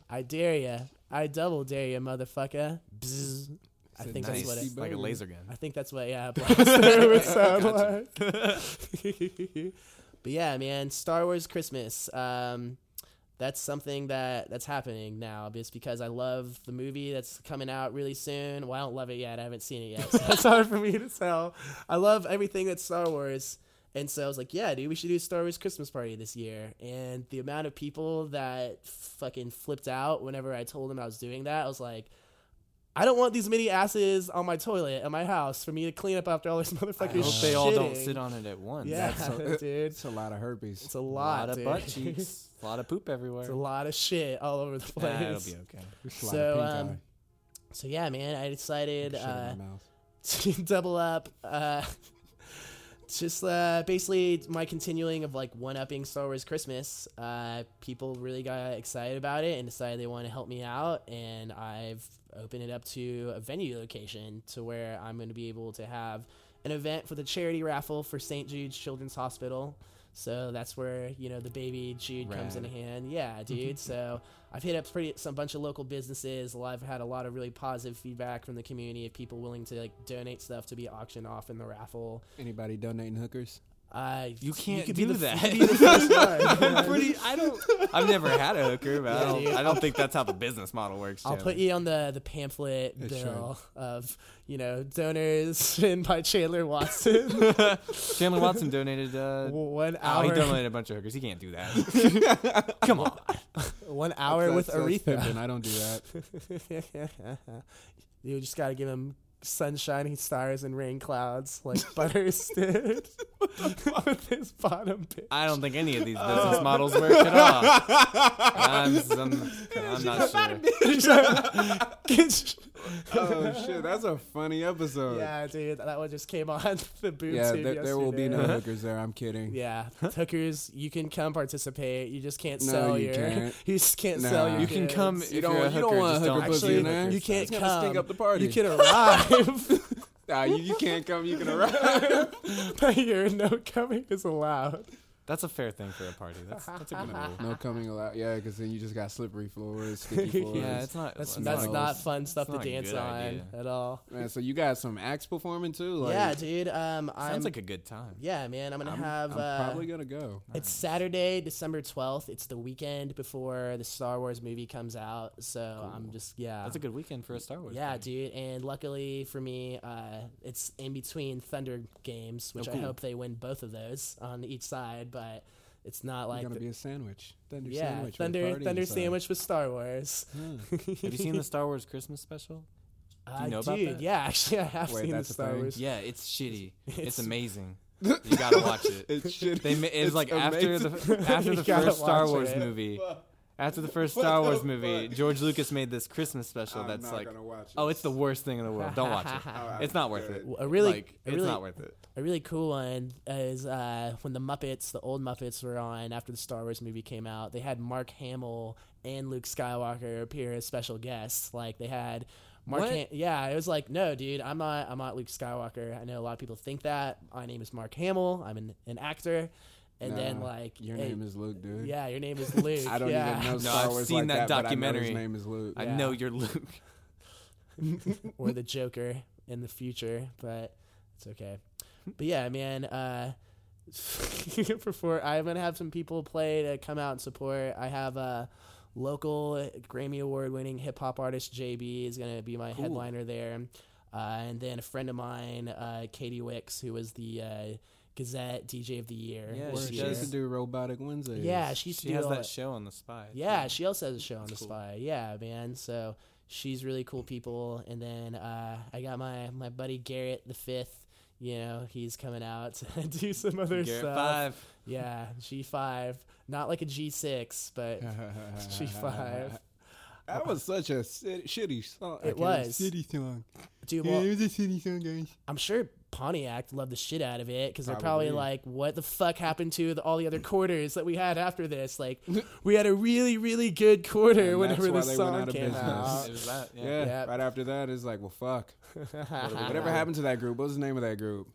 C: I dare ya. I double dare ya, motherfucker. Bzzz. I
A: Said
C: think
B: Nice,
C: that's what it.
A: it-
B: like a laser gun. [LAUGHS]
C: I think that's what yeah, [LAUGHS] blaster would sound like. [LAUGHS] but yeah, man, Star Wars Christmas. Um, that's something that that's happening now. Just because I love the movie that's coming out really soon. Well, I don't love it yet. I haven't seen it yet. So it's hard for me to tell. I love everything that's Star Wars. And so I was like, yeah, dude, we should do a Star Wars Christmas party this year. And the amount of people that fucking flipped out whenever I told them I was doing that, I was like, I don't want these mini asses on my toilet at my house for me to clean up after all [LAUGHS] these
B: I
C: motherfuckers.
B: hope they all don't
C: shitting."
B: sit on it at once.
C: Yeah, [LAUGHS] dude,
A: It's a lot of herpes.
C: it's
B: a
C: a
B: lot
C: lot,
B: of
C: dude. [LAUGHS]
B: butt cheeks, a lot of [LAUGHS] poop everywhere.
C: It's a lot of shit all over the place.
B: Nah, it'll be okay.
A: It's a lot
C: So,
A: of
C: um,
A: pink
C: So yeah, man, I decided
A: eye. Shit
C: uh, [LAUGHS]
A: in my mouth.
C: to double up. Uh, just uh, basically my continuing of like one upping Star Wars Christmas. Uh, people really got excited about it and decided they want to help me out, and I've opened it up to a venue location to where I'm going to be able to have an event for the charity raffle for St. Jude's Children's Hospital. So that's where you know the baby Jude comes in
B: Rad.
C: hand. Yeah, dude. so I've hit up pretty some bunch of local businesses. I've had a lot of really positive feedback from the community of people willing to like donate stuff to be auctioned off in the raffle.
A: Anybody donating hookers?
C: Uh,
B: You can't
C: could
B: do
C: be the,
B: that.
C: [LAUGHS] you could be the first one.
B: I'm pretty. I don't. I've never had a hooker, but I,
C: dude.
B: don't, I don't think that's how the business model works.
C: I'll
B: Chandler.
C: put you on the the pamphlet
A: It's
C: bill of you know donors [LAUGHS] and by Chandler Watson.
B: Chandler Watson donated.
C: [LAUGHS]
B: Uh,
C: one
B: oh, he
C: hour,
B: donated a bunch of hookers. He can't do that. Come on.
C: [LAUGHS] one hour with
A: That's- that's
C: Aretha. [LAUGHS]
A: pimping. I don't do that.
C: you just gotta give him sunshiny stars and rain clouds like Butters did [LAUGHS] with his bottom bitch.
B: I don't think any of these
C: Oh.
B: business models work at
C: [LAUGHS]
B: all. I'm, I'm, [LAUGHS] I'm not sure.
C: [LAUGHS]
A: oh shit, that's a funny episode. Yeah,
C: yeah, dude, that one just came [LAUGHS] on the boob tube
A: there, there will be no
C: yesterday.
A: hookers there. I'm kidding.
C: [LAUGHS] Yeah, hookers, you can come participate. You just can't
A: No,
C: sell
A: you
C: your.
A: can't.
C: [LAUGHS] You just can't
A: Nah.
C: sell your.
B: You can
C: kids.
B: come
A: You
B: if
A: don't-
B: you're a
A: you
B: hooker.
A: don't want a
B: just
A: hooker
B: don't
A: pussy
B: be a
A: in there.
B: hooker.
C: You can't
A: It's gonna
C: come.
A: stink up the party.
C: You can arrive,
A: [LAUGHS]
C: [LAUGHS]
A: Nah, you, you can't come. You can
C: Uh-huh.
A: arrive.
C: but your no coming is allowed.
B: That's a fair thing for a party. That's that's
C: [LAUGHS]
B: a good rule.
A: no coming allowed. Yeah, because then you just got slippery floors, sticky floors.
B: Yeah, it's not.
C: That's
B: it's
C: that's
B: not,
C: not fun stuff to
B: not a
C: dance
B: good
C: on
B: idea.
C: at all.
A: Man, so you got some acts performing too. Like,
C: yeah, dude. Um, I'm.
B: Sounds like a good time.
C: yeah, man. I'm gonna
A: I'm,
C: have.
A: I'm
C: uh,
A: probably gonna go.
C: It's Saturday, December 12th. It's the weekend before the Star Wars movie comes out. So I'm just, yeah.
B: That's a good weekend for a Star Wars.
C: yeah,
B: party.
C: dude. And luckily for me, uh, it's in between Thunder games, which
B: cool.
C: I hope they win both of those on each side. But it's not
A: You're
C: like.
A: gonna
C: the-
A: be a sandwich. Thunder
C: yeah,
A: sandwich. with a
C: Thunder
A: party
C: Thunder
A: inside.
C: sandwich with Star Wars.
A: Huh.
C: [LAUGHS]
B: Have you seen the Star Wars Christmas special?
C: Uh,
B: know about
C: dude,
B: that?
C: yeah, actually, I have
A: Wait,
C: seen the
A: that's a
C: Star
A: thing?
C: Wars.
B: Yeah, it's shitty. It's,
C: It's- [LAUGHS]
B: amazing. You gotta watch it.
A: It's shitty.
B: They ma- it was
A: It's
B: like after [LAUGHS]
A: amazing.
B: the after
C: [LAUGHS] You
B: the
C: gotta
B: first Star
C: watch
B: Wars
C: it.
B: movie. After the first Star
A: the
B: Wars movie,
A: fuck?
B: George Lucas made this Christmas special
A: I'm
B: that's
A: not
B: like,
A: gonna watch it.
B: oh, it's the worst thing in the world. Don't [LAUGHS] watch it.
A: Oh,
B: It's
A: I'm
B: not worth
A: good.
B: it.
C: [LAUGHS] A really,
B: like,
C: a
B: it's
C: really
B: not worth it.
C: A really cool one is uh, when the Muppets, the old Muppets, were on after the Star Wars movie came out. They had Mark Hamill and Luke Skywalker appear as special guests. Like they had Mark.
B: What?
C: Ham- yeah, it was like, no, dude, I'm not. I'm not Luke Skywalker. I know a lot of people think that. My name is Mark Hamill. I'm an, an actor. And then
A: Nah,
C: like
A: your
C: hey,
A: name is Luke, dude.
C: yeah, your name
A: [LAUGHS]
C: is Luke.
A: I don't
C: yeah.
A: even know
B: No,
A: Star
B: I've
A: Wars
B: seen
A: like
B: that
A: that, but I
B: documentary.
A: know his name is Luke.
B: I
C: Yeah.
B: know you're [LAUGHS] Luke.
C: or the Joker in the future, but it's okay. But yeah, man, uh, [LAUGHS] before I'm gonna have some people play to come out and support. I have a local Grammy Award winning hip hop artist JB is gonna be my headliner there, uh, and then a friend of mine, uh, Katie Wicks, who was the uh, Gazette DJ of the Year.
B: Yeah,
C: this
A: she
B: She
C: year.
A: used to do robotic Wednesdays. [LAUGHS]
C: yeah, she used to
B: She
C: do
B: has
C: all
B: that show on the spy. too.
C: yeah, she also has a show on the
B: That's cool.
C: Spy. Yeah, man. So she's really cool people. And then uh, I got my my buddy Garrett the fifth. You know, he's coming out to [LAUGHS] do some other
B: Garrett
C: stuff.
B: Five.
C: Yeah, G five, not like a G six, but G five.
A: That was such a sit- shitty song. I can't-
C: It was.
A: City song.
C: Dude,
A: Yeah, it
C: well,
A: was a city song, guys.
C: I'm sure Pontiac loved the shit out of it because they're probably
A: Probably.
C: like, "What the fuck happened to the, all the other quarters that we had after this? Like,
A: [LAUGHS]
C: we had a really, really good quarter
A: And that's
C: whenever
A: why
C: this
A: they went
C: song
A: out of
C: came
A: business.
C: out."
B: [LAUGHS] It was
A: Uh,
B: that. Yeah.
A: Yeah,
C: Yeah.
A: right after that, it's like, well, fuck. Whatever
B: Yeah.
A: happened to that group? What was the name of that group?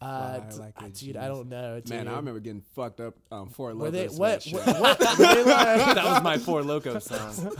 C: Uh,
A: Why I
C: d-
A: like
C: uh,
A: the
C: dude, I don't know. Dude.
A: Man, I remember getting fucked up um, for
C: Were they
A: Locust. and
C: what?
A: that
C: What?
A: shit.
C: what- were they
A: [LAUGHS]
B: [LAUGHS]
C: like?
B: that was my four loco song.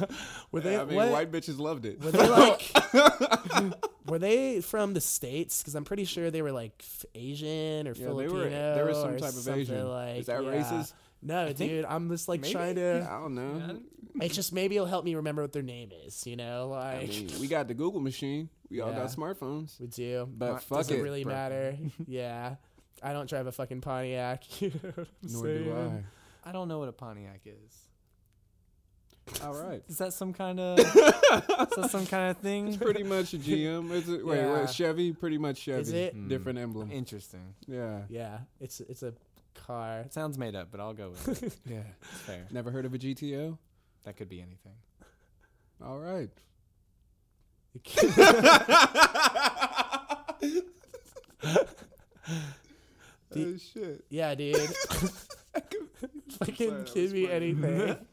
C: Were they
A: I mean,
C: what?
A: white bitches loved it.
C: Were they like? [LAUGHS] were they from the states? Because I'm pretty sure they were like f- Asian or
A: [LAUGHS] Yeah, they were-
C: Filipino.
A: there was some
C: or
A: type of
C: something
A: Asian.
C: Like,
A: Is that
C: yeah.
A: racist?
C: No, dude. I'm just like
B: Maybe.
C: trying to.
A: I don't know.
C: It's just maybe it'll help me remember what their name is. You know, like
A: I
C: [LAUGHS]
A: mean, we got the Google machine. We all
C: Yeah.
A: got smartphones.
C: we do.
A: But
C: Not-
A: fuck
C: doesn't
A: it,
C: really
A: bro.
C: matter.
A: [LAUGHS]
C: yeah, I don't drive a fucking Pontiac. [LAUGHS] you know what I'm
A: Nor
C: saying?
A: do I.
B: I don't know what a Pontiac is.
A: All right.
B: Is that some kind of? is that some kind of
A: It's
B: thing?
A: pretty much a GM. It's a, wait,
C: Yeah.
A: wait, Chevy? Pretty much Chevy.
C: Is it?
B: Hmm.
A: Different emblem.
B: [LAUGHS] Interesting.
A: Yeah.
C: Yeah, it's it's a
A: [LAUGHS]
C: car.
B: It sounds made up, but I'll go with it.
A: Yeah.
B: It's fair.
A: Never heard of a GTO?
B: That could be anything.
A: [LAUGHS] All right.
C: The-
A: oh, shit.
B: [LAUGHS]
C: Yeah, dude. [LAUGHS]
A: sorry,
C: Fucking
A: that
C: give
A: was
C: me
A: funny.
C: anything.
A: [LAUGHS]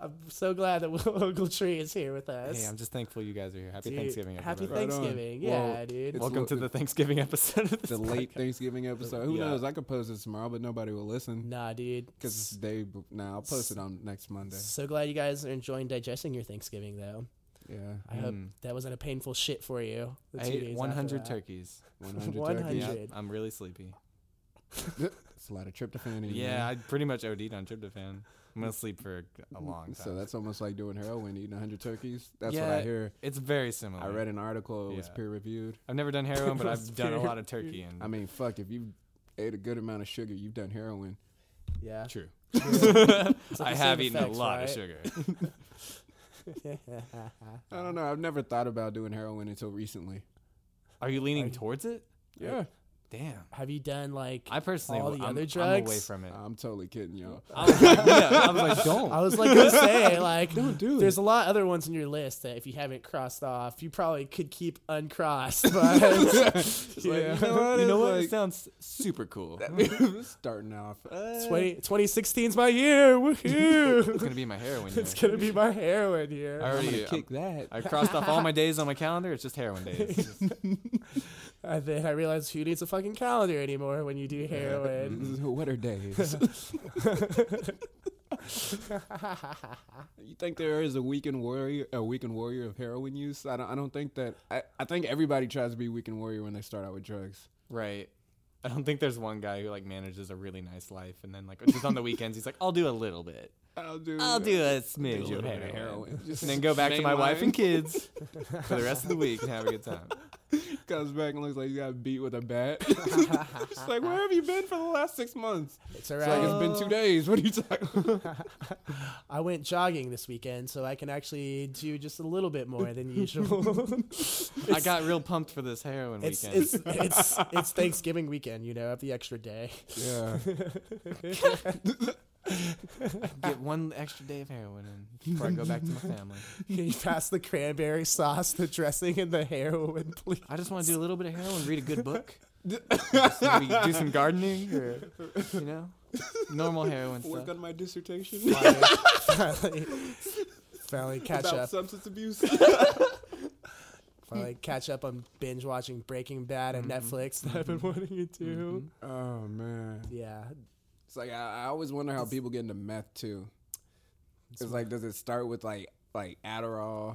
C: I'm so glad that [LAUGHS] Will Ogletree is here with us.
B: Hey, I'm just thankful you guys are here. Happy
C: Dude,
B: Thanksgiving,
C: Happy
B: everybody.
A: Right on.
C: Thanksgiving.
A: Well,
C: yeah, dude.
A: it's
B: Welcome
A: lo-
B: to the Thanksgiving episode of this
A: The late
B: podcast.
A: Thanksgiving episode. Who
B: Yeah.
A: knows? I could post it tomorrow, but nobody will listen
C: nah, dude.
A: because it's the day. Now nah, I'll post it on next Monday.
C: So glad you guys are enjoying digesting your Thanksgiving, though.
A: Yeah,
C: I hope
B: Mm.
C: that wasn't a painful shit for you. the
B: I
C: two
B: ate
C: days
B: 100
C: after that.
B: turkeys.
A: 100.
C: 100.
A: turkeys.
B: Yeah,
C: Dude.
B: I'm really sleepy.
A: It's a lot of tryptophan. in
B: Yeah,
A: there.
B: I pretty much OD'd on tryptophan. I'm gonna sleep for a long time.
A: Mm, So that's almost like doing heroin, eating 100 turkeys. That's what
B: Yeah.
A: I hear.
B: it's very similar.
A: I read an article. It was
B: Yeah. Mm.
A: peer reviewed.
B: I've never done heroin, but
C: That's
B: I've done a
C: very
B: lot of turkey and
A: I mean, fuck. If you ate a good amount of sugar, you've done heroin.
C: Yeah.
B: true. [LAUGHS]
C: It's like the
B: I
C: same
B: have eaten a
C: effects,
B: lot of
C: right?
B: sugar.
C: [LAUGHS]
A: I don't know. I've never thought about doing heroin until recently.
B: Are you leaning towards it?
A: Yeah,
B: Damn.
C: Have you done like? [LAUGHS]
B: I personally,
C: All
B: w-
C: the
B: I'm,
C: other
B: I'm away
C: drugs?
B: from it.
A: I'm totally kidding, [LAUGHS] y'all.
B: I was like, [LAUGHS] yeah, I was like, don't.
C: I was like
B: [LAUGHS]
C: gonna say like,
A: do
C: there's a lot of other ones on your list that if you haven't crossed off, you probably could keep uncrossed. [LAUGHS] But
A: Yeah.
B: you
C: [LAUGHS]
B: know what? You know what? it
A: It's
B: sounds super cool.
A: Starting off. uh,
C: 20, 2016's my year.
B: it's
C: [LAUGHS] Woohoo!
B: gonna be my heroin.
C: it's
B: year.
C: gonna be my heroin year.
B: I
A: I'm gonna
B: already
A: kick that.
B: I crossed off all my days on my calendar. It's just heroin days.
C: And then I realized who needs a fucking calendar anymore when you do heroin.
B: Mm-hmm.
A: what are days? [LAUGHS] you think there is a weekend warrior, a weekend warrior of heroin use? I don't. I don't think that. I, I think everybody tries to be weekend warrior when they start out with drugs.
B: right. I don't think there's one guy who like manages a really nice life, and then like just on the weekends he's like, I'll do a little bit.
A: I'll do.
B: I'll do a smidge
A: little
B: of
A: bit of
B: heroin.
A: heroin. Just
B: and then go back to my wife
A: mainline.
B: and kids for the rest of the week and have a good
A: [LAUGHS]
B: time.
A: Comes back and looks like he got beat with a [LAUGHS] bat. It's like, where have you been for the last six months?
C: It's all
A: It's like
C: right.
A: it's been two days. What are you talking?
C: I went jogging this weekend, so I can actually do just a little bit
B: [LAUGHS]
C: more than usual.
B: I got real pumped for this heroin
C: it's,
B: weekend.
C: it's it's it's Thanksgiving weekend, you know, I have the extra day.
A: [LAUGHS] Yeah.
B: Get one extra day of heroin in before I go back to my family.
C: Can you pass the cranberry sauce, the dressing, and the heroin, please?
B: I just want to do a little bit of heroin, read a good book, Just maybe do some gardening, or you know,
A: [LAUGHS]
B: normal heroin stuff.
A: Work on my dissertation [LAUGHS]
C: Finally, finally, finally catch
A: about
C: up.
A: substance
B: [LAUGHS]
A: abuse.
C: Finally catch up on binge watching Breaking Bad and
A: Mm-hmm.
C: Netflix that I've been wanting to do.
A: oh man.
C: Yeah, [LAUGHS]
A: It's like I, I always wonder how people get into meth too. It's like, does it start with like like Adderall,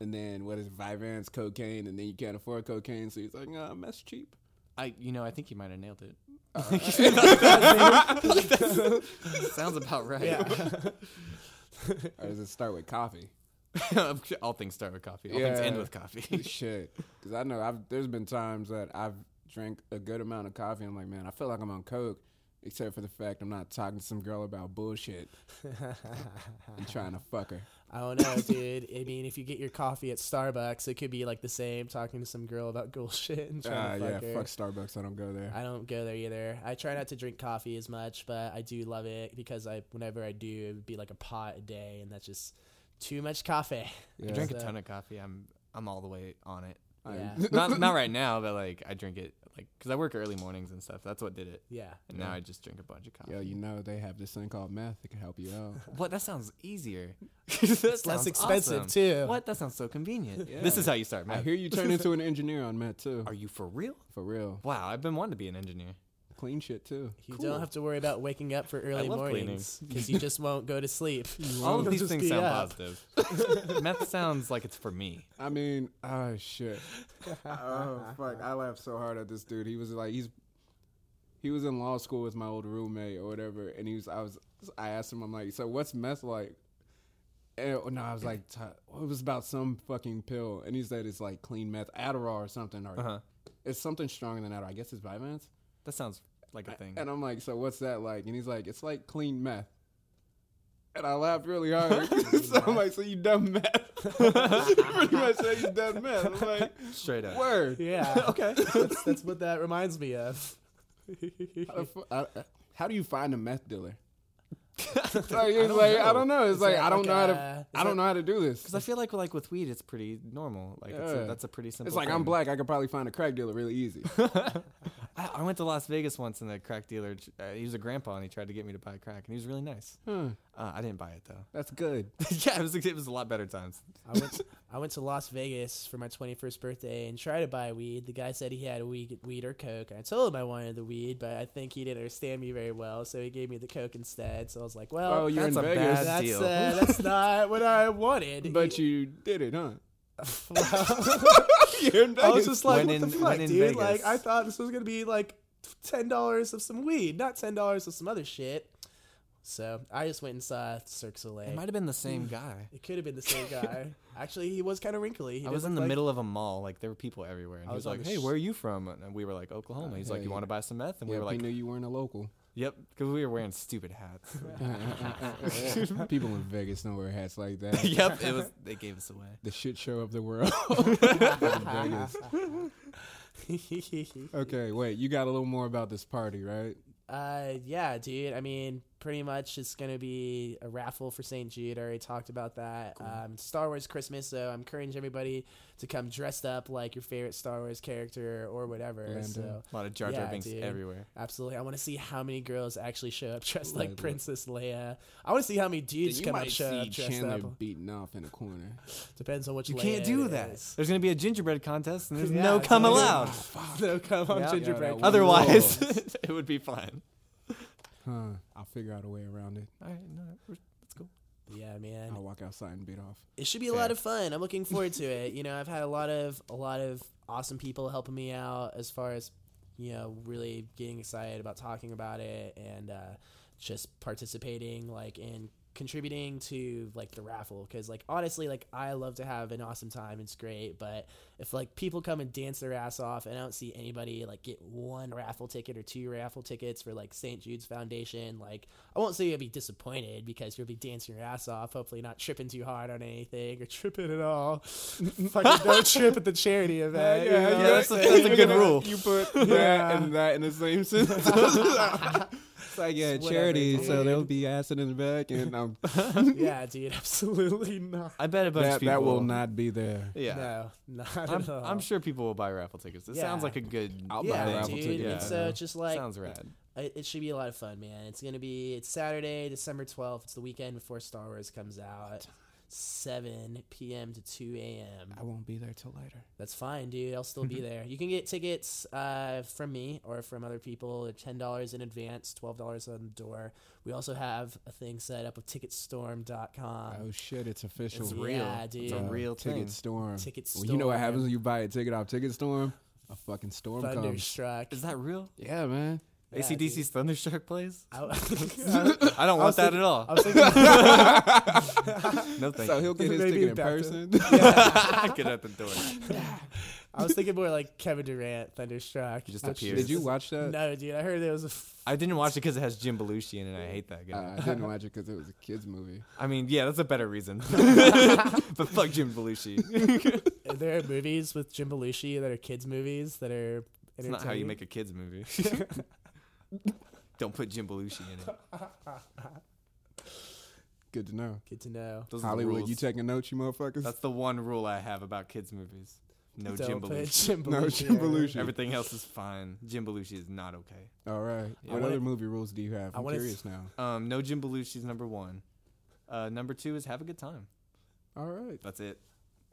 A: and then what is Vyvanse cocaine, and then you can't afford cocaine, so he's like, nah, meth's cheap.
B: I, you know, I think you might have [LAUGHS] nailed it. [LAUGHS] Sounds about right.
C: yeah.
A: Or does it start with coffee?
B: [LAUGHS] All things start with coffee. All things
A: Yeah.
B: end with [LAUGHS] coffee.
A: Shit, because I know I've there's been times that I've drank a good amount of coffee. I'm like, man, I feel like I'm on coke, except for the fact I'm not talking to some girl about bullshit and trying to fuck her.
C: I don't know, dude. I mean, if you get your coffee at Starbucks, it could be like the same talking to some girl about cool [LAUGHS] shit and
A: Ah,
C: trying to
A: yeah,
C: fuck her.
A: fuck Starbucks. I don't go there.
C: I don't go there either. I try not to drink coffee as much, but I do love it because I whenever I do, it would be like a pot a day, and that's just too much coffee.
A: Yeah.
B: I drink a
C: So-
B: ton of coffee. I'm, I'm all the way on it. [LAUGHS]
C: Yeah,
B: Not, not right now, but like I drink it, like because I work early mornings and stuff. That's what did it.
C: yeah.
B: And now I just drink a bunch of coffee.
A: Yo, you know they have this thing called meth that can help you
B: [LAUGHS]
A: out.
B: What? That sounds easier. [LAUGHS]
C: It's less expensive too.
B: What? That sounds so convenient.
A: Yeah.
B: This is how you start,
A: I
B: man.
A: hear you turn into an engineer on meth too.
B: Are you for real?
A: For real,
B: Wow, I've been wanting to be an engineer.
A: clean shit too.
C: You
B: Cool.
C: don't have to worry about waking up for early
B: love cleaning.
C: mornings because you just won't go to
B: [LAUGHS]
C: sleep.
B: All of
C: You'll
B: these
C: just
B: things
C: be
B: sound
C: up.
B: positive. Meth sounds like it's for me.
A: I mean, oh
B: [LAUGHS]
A: shit. oh fuck! I laughed so hard at this dude. He was like, he's he was in law school with my old roommate or whatever, and he was. I was. I asked him. I'm like, so what's meth like? And, oh, no, I was like, "T- it was about some fucking pill, and he said it's like clean meth, Adderall or something, or
B: Uh-huh.
A: it's something stronger than Adderall. I guess it's Vyvanse.
B: That sounds like a thing.
A: And I'm like, so what's that like? And he's like, it's like clean meth. And I laughed really hard. [LAUGHS] so I'm like, so you done meth? [LAUGHS] He pretty much said you done meth. I'm like,
B: Straight up.
A: word.
B: [LAUGHS]
C: Yeah. okay. [LAUGHS] That's, that's what that reminds me of.
A: How, the fu- I- I- how do you find a meth dealer? like, it's like I don't know. It's
C: Is
A: like
C: that
A: I don't
C: like
A: know how
C: a-
A: to.
C: is
A: I don't
C: that-
A: know how to do this.
B: Because I feel like like with weed, it's pretty normal. Like it's a,
A: Yeah.
B: that's a pretty simple.
A: It's like I'm
B: thing.
A: black. I could probably find a crack dealer really easy.
B: I, I went to Las Vegas once, and the crack dealer, uh, he was a grandpa, and he tried to get me to buy crack, and he was really nice.
A: Huh,
B: Uh, I didn't buy it though. [LAUGHS]
A: that's good.
B: yeah, it was it was a lot better times.
C: I went, I went to Las Vegas for my 21st birthday and tried to buy weed. The guy said he had weed, weed or coke. I told him I wanted the weed, but I think he didn't understand me very well, so he gave me the coke instead. So I was like, well,
A: Oh, you're
B: that's
A: in
B: a
A: Vegas,
B: bad
C: that's,
B: deal.
C: uh,
B: [LAUGHS]
C: that's not what I wanted.
A: but you did it, huh? [LAUGHS]
C: [LAUGHS]
A: You're in
C: I was
A: Vegas.
C: just like,
B: When
C: what
B: in-
C: the fuck,
B: when in
C: dude?
B: Vegas.
C: Like, I thought this was gonna be like ten dollars of some weed, not ten dollars of some other shit. So I just went and saw Cirque du Soleil.
B: It might have been the same guy.
C: It could have been the same
B: [LAUGHS]
C: guy. Actually, he was kind of wrinkly. He
B: I
C: did
B: was in
C: look
B: the
C: like-
B: middle of a mall. Like there were people everywhere, and
C: I
B: he was
C: was on
B: like,
C: the
B: "Hey,
C: sh-
B: where are you from?" And we were like, "Oklahoma." He's like,
A: hey.
B: "You want to buy some meth?" And we
A: Yep,
B: were
A: he
B: like,
A: knew you weren't a local. [LAUGHS]
B: Yep, because we were wearing stupid hats. [LAUGHS]
A: People in Vegas don't wear hats like
B: [LAUGHS]
A: that.
B: yep, it was. They gave us away.
A: The shit show of the world. [LAUGHS] Vegas. Okay, wait. You got a little more about this party, right?
C: [LAUGHS] Uh, yeah, dude. I mean, pretty much it's gonna be a raffle for St. Jude. I already talked about that. Um, Star Wars Christmas, so I'm encouraging everybody to come dressed up like your favorite Star Wars character or whatever.
A: Lando.
C: So
B: A lot of Jar Jar
C: Yeah,
B: Binks
C: dude.
B: everywhere.
C: absolutely, I want to see how many girls actually show up dressed like
A: Like what?
C: Princess Leia. I want to see how many dudes
A: you
C: come up
A: might
C: show
A: see
C: up dressed
A: Chandler
C: up.
A: beating off in a corner.
C: Depends on what
B: You can't do that. There's gonna be a gingerbread contest, and there's
C: Yeah,
B: no
C: it's
B: come
C: not even-
B: allowed.
C: [LAUGHS] No, come on,
B: Yeah.
C: gingerbread.
A: Yeah, that
B: [LAUGHS] Otherwise, [LAUGHS] it would be fine.
A: Huh. I'll figure out a way around it.
B: All right, no, we're- let's go.
C: yeah, man.
B: Oh,
A: I'll walk outside and beat off.
C: it should be a
B: Fair.
C: lot of fun. I'm looking forward to it. You know, I've had a lot of a lot of awesome people helping me out as far as you know, really getting excited about talking about it and uh, just participating, like in contributing to like the raffle because like honestly like i love to have an awesome time it's great but if like people come and dance their ass off and i don't see anybody like get one raffle ticket or two raffle tickets for like st jude's foundation like i won't say you'll be disappointed because you'll be dancing your ass off hopefully not tripping too hard on anything or tripping
B: [LAUGHS]
C: at all fucking don't trip at the charity event you know?
B: yeah, that's a- that's a good rule.
A: You put that and that in the same sentence. it's like yeah,
C: It's whatever,
A: charity, so
C: dude.
A: they'll be acid in the back, and um,
C: [LAUGHS] yeah dude absolutely not
B: I bet a bunch of
A: that
B: people
A: that will not be there.
B: Yeah,
C: no
A: [LAUGHS]
C: not
B: I'm,
C: at all
B: I'm sure people will buy raffle tickets. It sounds
C: Yeah.
B: like a good.
A: I'll buy
C: yeah,
A: a raffle
C: dude.
A: ticket.
C: And so just like uh,
B: sounds rad.
C: it, it should be a lot of fun, man. It's gonna be it's Saturday, December twelfth. It's the weekend before Star Wars comes out. Seven p.m. to two a.m.
A: I won't be there till later.
C: That's fine, dude. I'll
A: [LAUGHS]
C: still be there. You can get tickets uh, from me or from other people. They're ten dollars in advance, twelve dollars on the door. We also have a thing set up with Ticketstorm.com.
A: Oh shit, it's official.
C: Um, It's real. Yeah, dude.
B: It's a real
A: ticket
B: thing.
A: storm.
C: Ticket
A: Well, you know what
C: storm.
A: happens when you buy a ticket off ticket storm? A fucking storm comes.
C: Thunderstruck.
B: Is that real?
A: Yeah, man.
C: Yeah,
B: ACDC's
A: [LAUGHS]
B: Thunderstruck plays?
C: I, [LAUGHS] I
B: I don't want that at all.
C: was thinking
B: no thank
A: so
B: you.
A: he'll get his
C: Maybe
A: ticket in
C: back to-
A: person.
B: [LAUGHS] Get out the door.
C: I was thinking more like Kevin Durant, Thunderstruck.
B: He just
C: which
B: appears.
A: Did you
C: is-
A: watch that?
C: [LAUGHS] No, dude. I heard there was a. F-
B: I didn't watch it because it has Jim Belushi in it. and I hate that guy.
A: Uh, I didn't watch it because it was a kids movie.
B: I mean, yeah, that's a
A: [LAUGHS]
B: better reason. [LAUGHS] but fuck Jim Belushi.
C: [LAUGHS] there are movies with Jim Belushi that are kids movies that are.
B: It's not how you make a kids
C: [LAUGHS]
B: movie. [LAUGHS] don't put Jim Belushi in it.
A: Good to know.
C: Good to know.
B: Those are the
A: Hollywood,
B: rules.
A: you taking notes, you motherfuckers?
B: that's the one rule I have about kids movies. No
C: Don't
B: Jim
C: put
B: Belushi.
C: [LAUGHS] Jim Belushi.
A: No, Jim
C: in it.
A: Belushi.
B: Everything else is fine. Jim Belushi is not okay.
A: All right.
B: Yeah.
A: What
C: I
A: other
C: wanna-
A: movie rules do you have?
C: I
A: I'm
C: wanna
A: curious now.
B: Um, no Jim Belushi's number one. Uh, number two is have a good time.
A: All right.
B: That's it.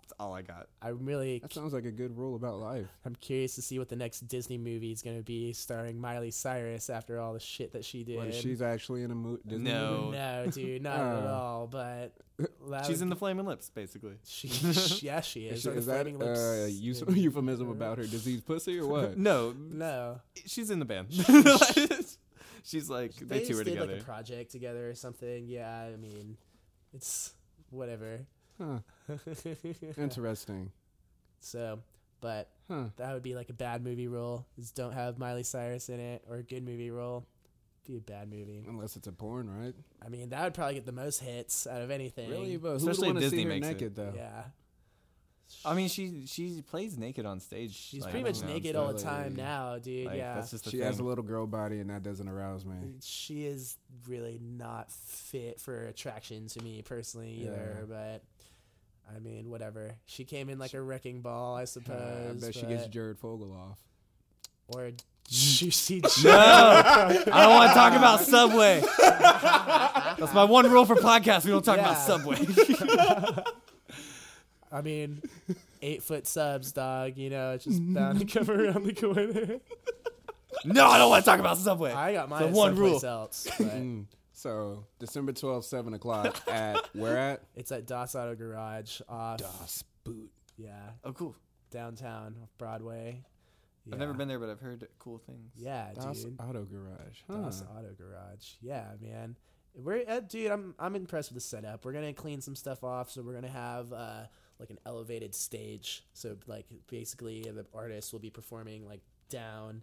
B: That's all I got.
C: I'm really.
A: That sounds like a good rule about life.
C: I'm curious to see what the next Disney movie is going to be starring Miley Cyrus after all the shit that she did.
A: What if she's actually in a mo- Disney
B: No.
A: movie?
C: No, dude, not at
A: Uh.
C: all. But
A: [LAUGHS]
C: that
B: Oh. She's
C: would-
B: in the Flaming Lips, basically.
C: [LAUGHS] She, she, yeah, she is.
A: Is,
C: Or the
A: is that
C: Flaming Lips
A: uh,
C: in-
A: eus- [LAUGHS] euphemism about her diseased pussy or what?
B: [LAUGHS] No,
C: No,
B: she's in the band. [LAUGHS] she's like they,
C: just
B: two are
C: did
B: together.
C: like a project together or something. Yeah, I mean, it's whatever.
A: Huh.
C: [LAUGHS]
A: Interesting.
C: so, but
A: Huh.
C: That would be like a bad movie role. Is don't have Miley Cyrus in it, or a good movie role. Be a bad movie.
A: Unless it's a porn, right?
C: I mean, that would probably get the most hits out of anything.
A: Really? But who would
B: Especially if
A: want to
B: Disney
A: see her
B: makes it.
A: naked, though?
C: Yeah.
B: I mean, she she plays naked on stage.
C: She's
B: like,
C: pretty
B: you
C: much
B: know,
C: naked
B: so,
C: all the
A: like-
C: time now, dude.
B: like,
C: yeah.
B: that's just the
A: She
B: thing.
A: has a little girl body, and that doesn't arouse me.
C: She is really not fit for attraction to me personally either, but I mean, whatever. She came in like a
B: [LAUGHS]
C: wrecking ball, I
A: Uh, I
C: suppose.
A: bet she gets
C: but-
A: Jared Fogle off.
B: [LAUGHS]
C: or juicy.
B: no, I don't want to talk about Subway. That's my one rule for podcasts. We don't talk about
C: Yeah.
B: Subway.
C: I mean, eight foot subs, dog. You know, it's just bound to
B: [LAUGHS]
C: come around the corner.
B: no, I don't want to talk about Subway.
C: I got mine
B: The
C: at
B: one
C: someplace
B: rule.
C: else.
B: [LAUGHS]
C: But
A: Mm. So December twelfth, seven o'clock at where at?
C: it's at Das Auto Garage off,
A: Das Boot.
C: yeah,
B: oh, cool.
C: downtown off Broadway.
B: I've never
C: Yeah.
B: been there, but I've heard cool things.
C: Yeah,
A: Das
C: dude.
A: Auto Garage. Huh.
C: Das Auto Garage. Yeah, man. We're uh, dude. I'm I'm impressed with the setup. We're gonna clean some stuff off, so we're gonna have uh, like an elevated stage. So like basically, the artists will be performing like down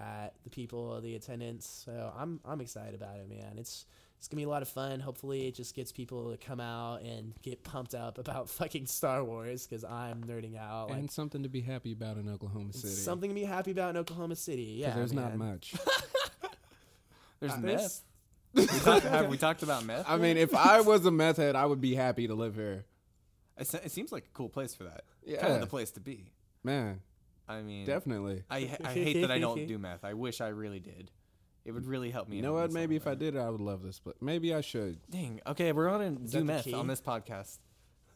C: at the people, the attendance. So I'm I'm excited about it, man. It's it's gonna be a lot of fun. Hopefully, it just gets people to come out and get pumped up about [LAUGHS] fucking Star Wars because I'm nerding out.
A: and
C: Like,
A: something to be happy about in Oklahoma City.
C: something to be happy about in Oklahoma City.
A: 'Cause
C: Yeah,
A: there's not
C: man.
A: much.
B: There's
C: There's-
B: meth. We talked- have we talked about meth?
A: I mean, if I was a meth head, I would be happy to live here.
B: it, se- it seems like a cool place for that. kind
A: Yeah.
B: of the place to be.
A: Man,
B: I mean,
A: definitely.
B: I I hate that I don't do meth. I wish I really did. It would really help
A: You
B: me. in
A: know
B: a
A: what? Maybe if I
B: solid
A: did, I would love this place. Maybe I should.
B: way. Dang. Okay, we're gonna
C: that
B: do
C: the
B: meth
C: key?
B: on this podcast.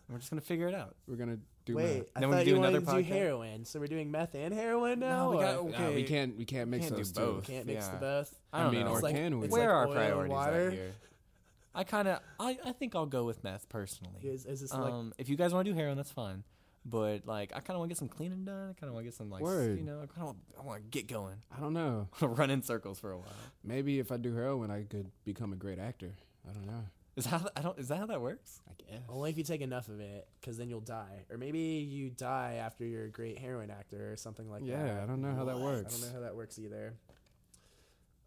B: We're just gonna figure it out.
A: We're gonna do.
C: Wait,
A: meth.
C: I
B: Then we
C: thought
B: do
C: you wanted
B: another
C: to do
B: podcast.
C: heroin, so we're doing meth and heroin
B: No,
C: now.
B: we
C: or-
B: got-
A: Nah, Uh, we
B: okay.
A: can't. We can't mix
B: Can't do
A: those
B: both.
A: two.
C: Can't mix
B: Yeah.
C: the both.
B: I don't
A: I mean,
B: know.
A: or
C: It's like-
A: can we?
C: it's
B: Where
C: like
B: are
C: oil and
B: priorities
C: water.
B: out here? I kind of I, I think I'll go with meth personally.
C: Is, is this like
B: Um, if you guys want to do heroin, that's fine. But like, I kind of want to get some cleaning done. I kind of want to get some like, s-
A: Word.
B: you know, I kind of I want to get going. [LAUGHS]
A: I don't know.
B: Run in circles for a while.
A: Maybe if I do heroin, I could become a great actor. I don't know.
B: Is that how, I don't is that how that
C: [LAUGHS]
B: works?
A: I guess.
C: only if you take enough of it, because then you'll die, or maybe you die after you're a great heroin actor or something like that.
A: yeah, I don't know how that
C: I don't
A: works.
C: know how that works either.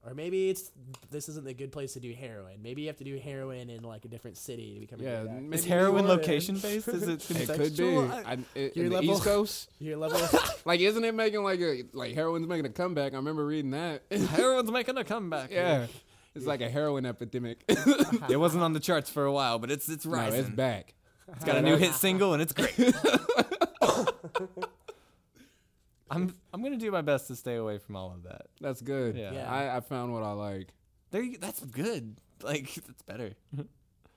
C: Or maybe it's this isn't the good place to do heroin. Maybe you have to do heroin in like a different city to become
A: Yeah,
C: a good actor.
A: maybe
B: Is
A: New
B: heroin
C: Orleans.
B: location based? Is it
A: It
B: contextual?
A: could be.
B: I-
A: I, it,
C: Your
A: in the
C: level-
A: East Coast,
C: Your level of
A: like, isn't it making like a like heroin's making a comeback? I remember reading that. [LAUGHS]
B: heroin's making a comeback.
A: yeah, it's like a heroin
B: [LAUGHS]
A: epidemic.
B: here. it wasn't on the charts for a while, but it's it's
A: no,
B: rising.
A: it's back.
B: it's got a new hit single and it's
C: [LAUGHS]
B: great. I'm I'm gonna do my best to stay away from all of that.
A: That's good.
B: Yeah.
C: Yeah.
A: I, I found what I like.
B: There, you, that's good. Like that's better.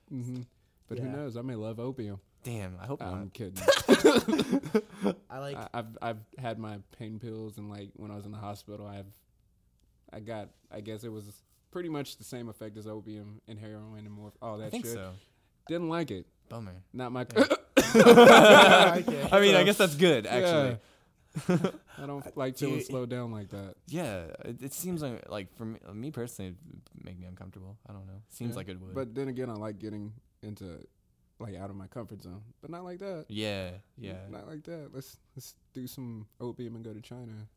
A: hmm But who
C: Yeah.
A: knows? I may love opium.
B: Damn, I hope
A: I'm
B: not.
C: [LAUGHS]
A: kidding.
C: I
B: [LAUGHS]
C: like [LAUGHS]
A: I, I've I've had my pain pills and like when I was in the hospital, I've I got I guess it was pretty much the same effect as opium and heroin and more all that
B: I think
A: shit.
B: so.
A: Didn't like it.
B: [LAUGHS] Bummer.
A: Not [LAUGHS] my.
C: okay.
B: [LAUGHS] I mean, I guess that's good [LAUGHS] actually.
A: I don't like
C: Do
A: feeling
C: you-
A: slowed down like that.
B: Yeah, it, it seems like like for me, uh, me personally, it'd make me uncomfortable. I don't know. Seems
A: Yeah.
B: like it would.
A: But then again, I like getting into like out of my comfort zone, but not like that.
B: yeah, yeah.
A: Not like that. Let's let's do some opium and go to China.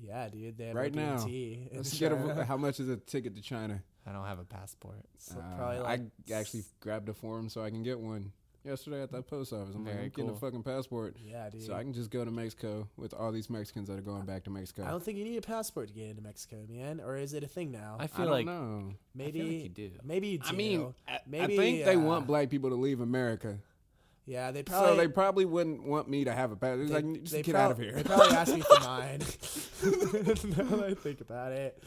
C: yeah, dude. They have
A: Right
C: opium
A: now.
C: tea [LAUGHS] in
A: Let's get
C: China.
A: a, [LAUGHS] how much is a ticket to China?
B: I don't have a passport.
C: So
A: Uh,
C: probably like
A: I actually grabbed a form so I can get one yesterday at that post office. I'm
B: Very
A: like, I'm getting
B: cool.
A: a fucking passport.
C: yeah, dude.
A: So I can just go to Mexico with all these Mexicans that are going back to Mexico.
C: I don't think you need a passport to get into Mexico, man. Or is it a thing now?
B: I
A: I
B: feel
A: don't
B: like
A: know.
C: maybe
B: I feel like you do.
C: maybe you do.
A: I mean, I,
C: maybe,
A: I think they
C: uh,
A: want black people to leave America,
C: yeah, they probably
A: so they probably wouldn't want me to have a passport. It's
C: they-
A: like, just
C: they
A: get
C: prob-
A: out of
C: They [LAUGHS]
A: here. [LAUGHS]
C: probably asked me for mine. [LAUGHS] now that I think about it,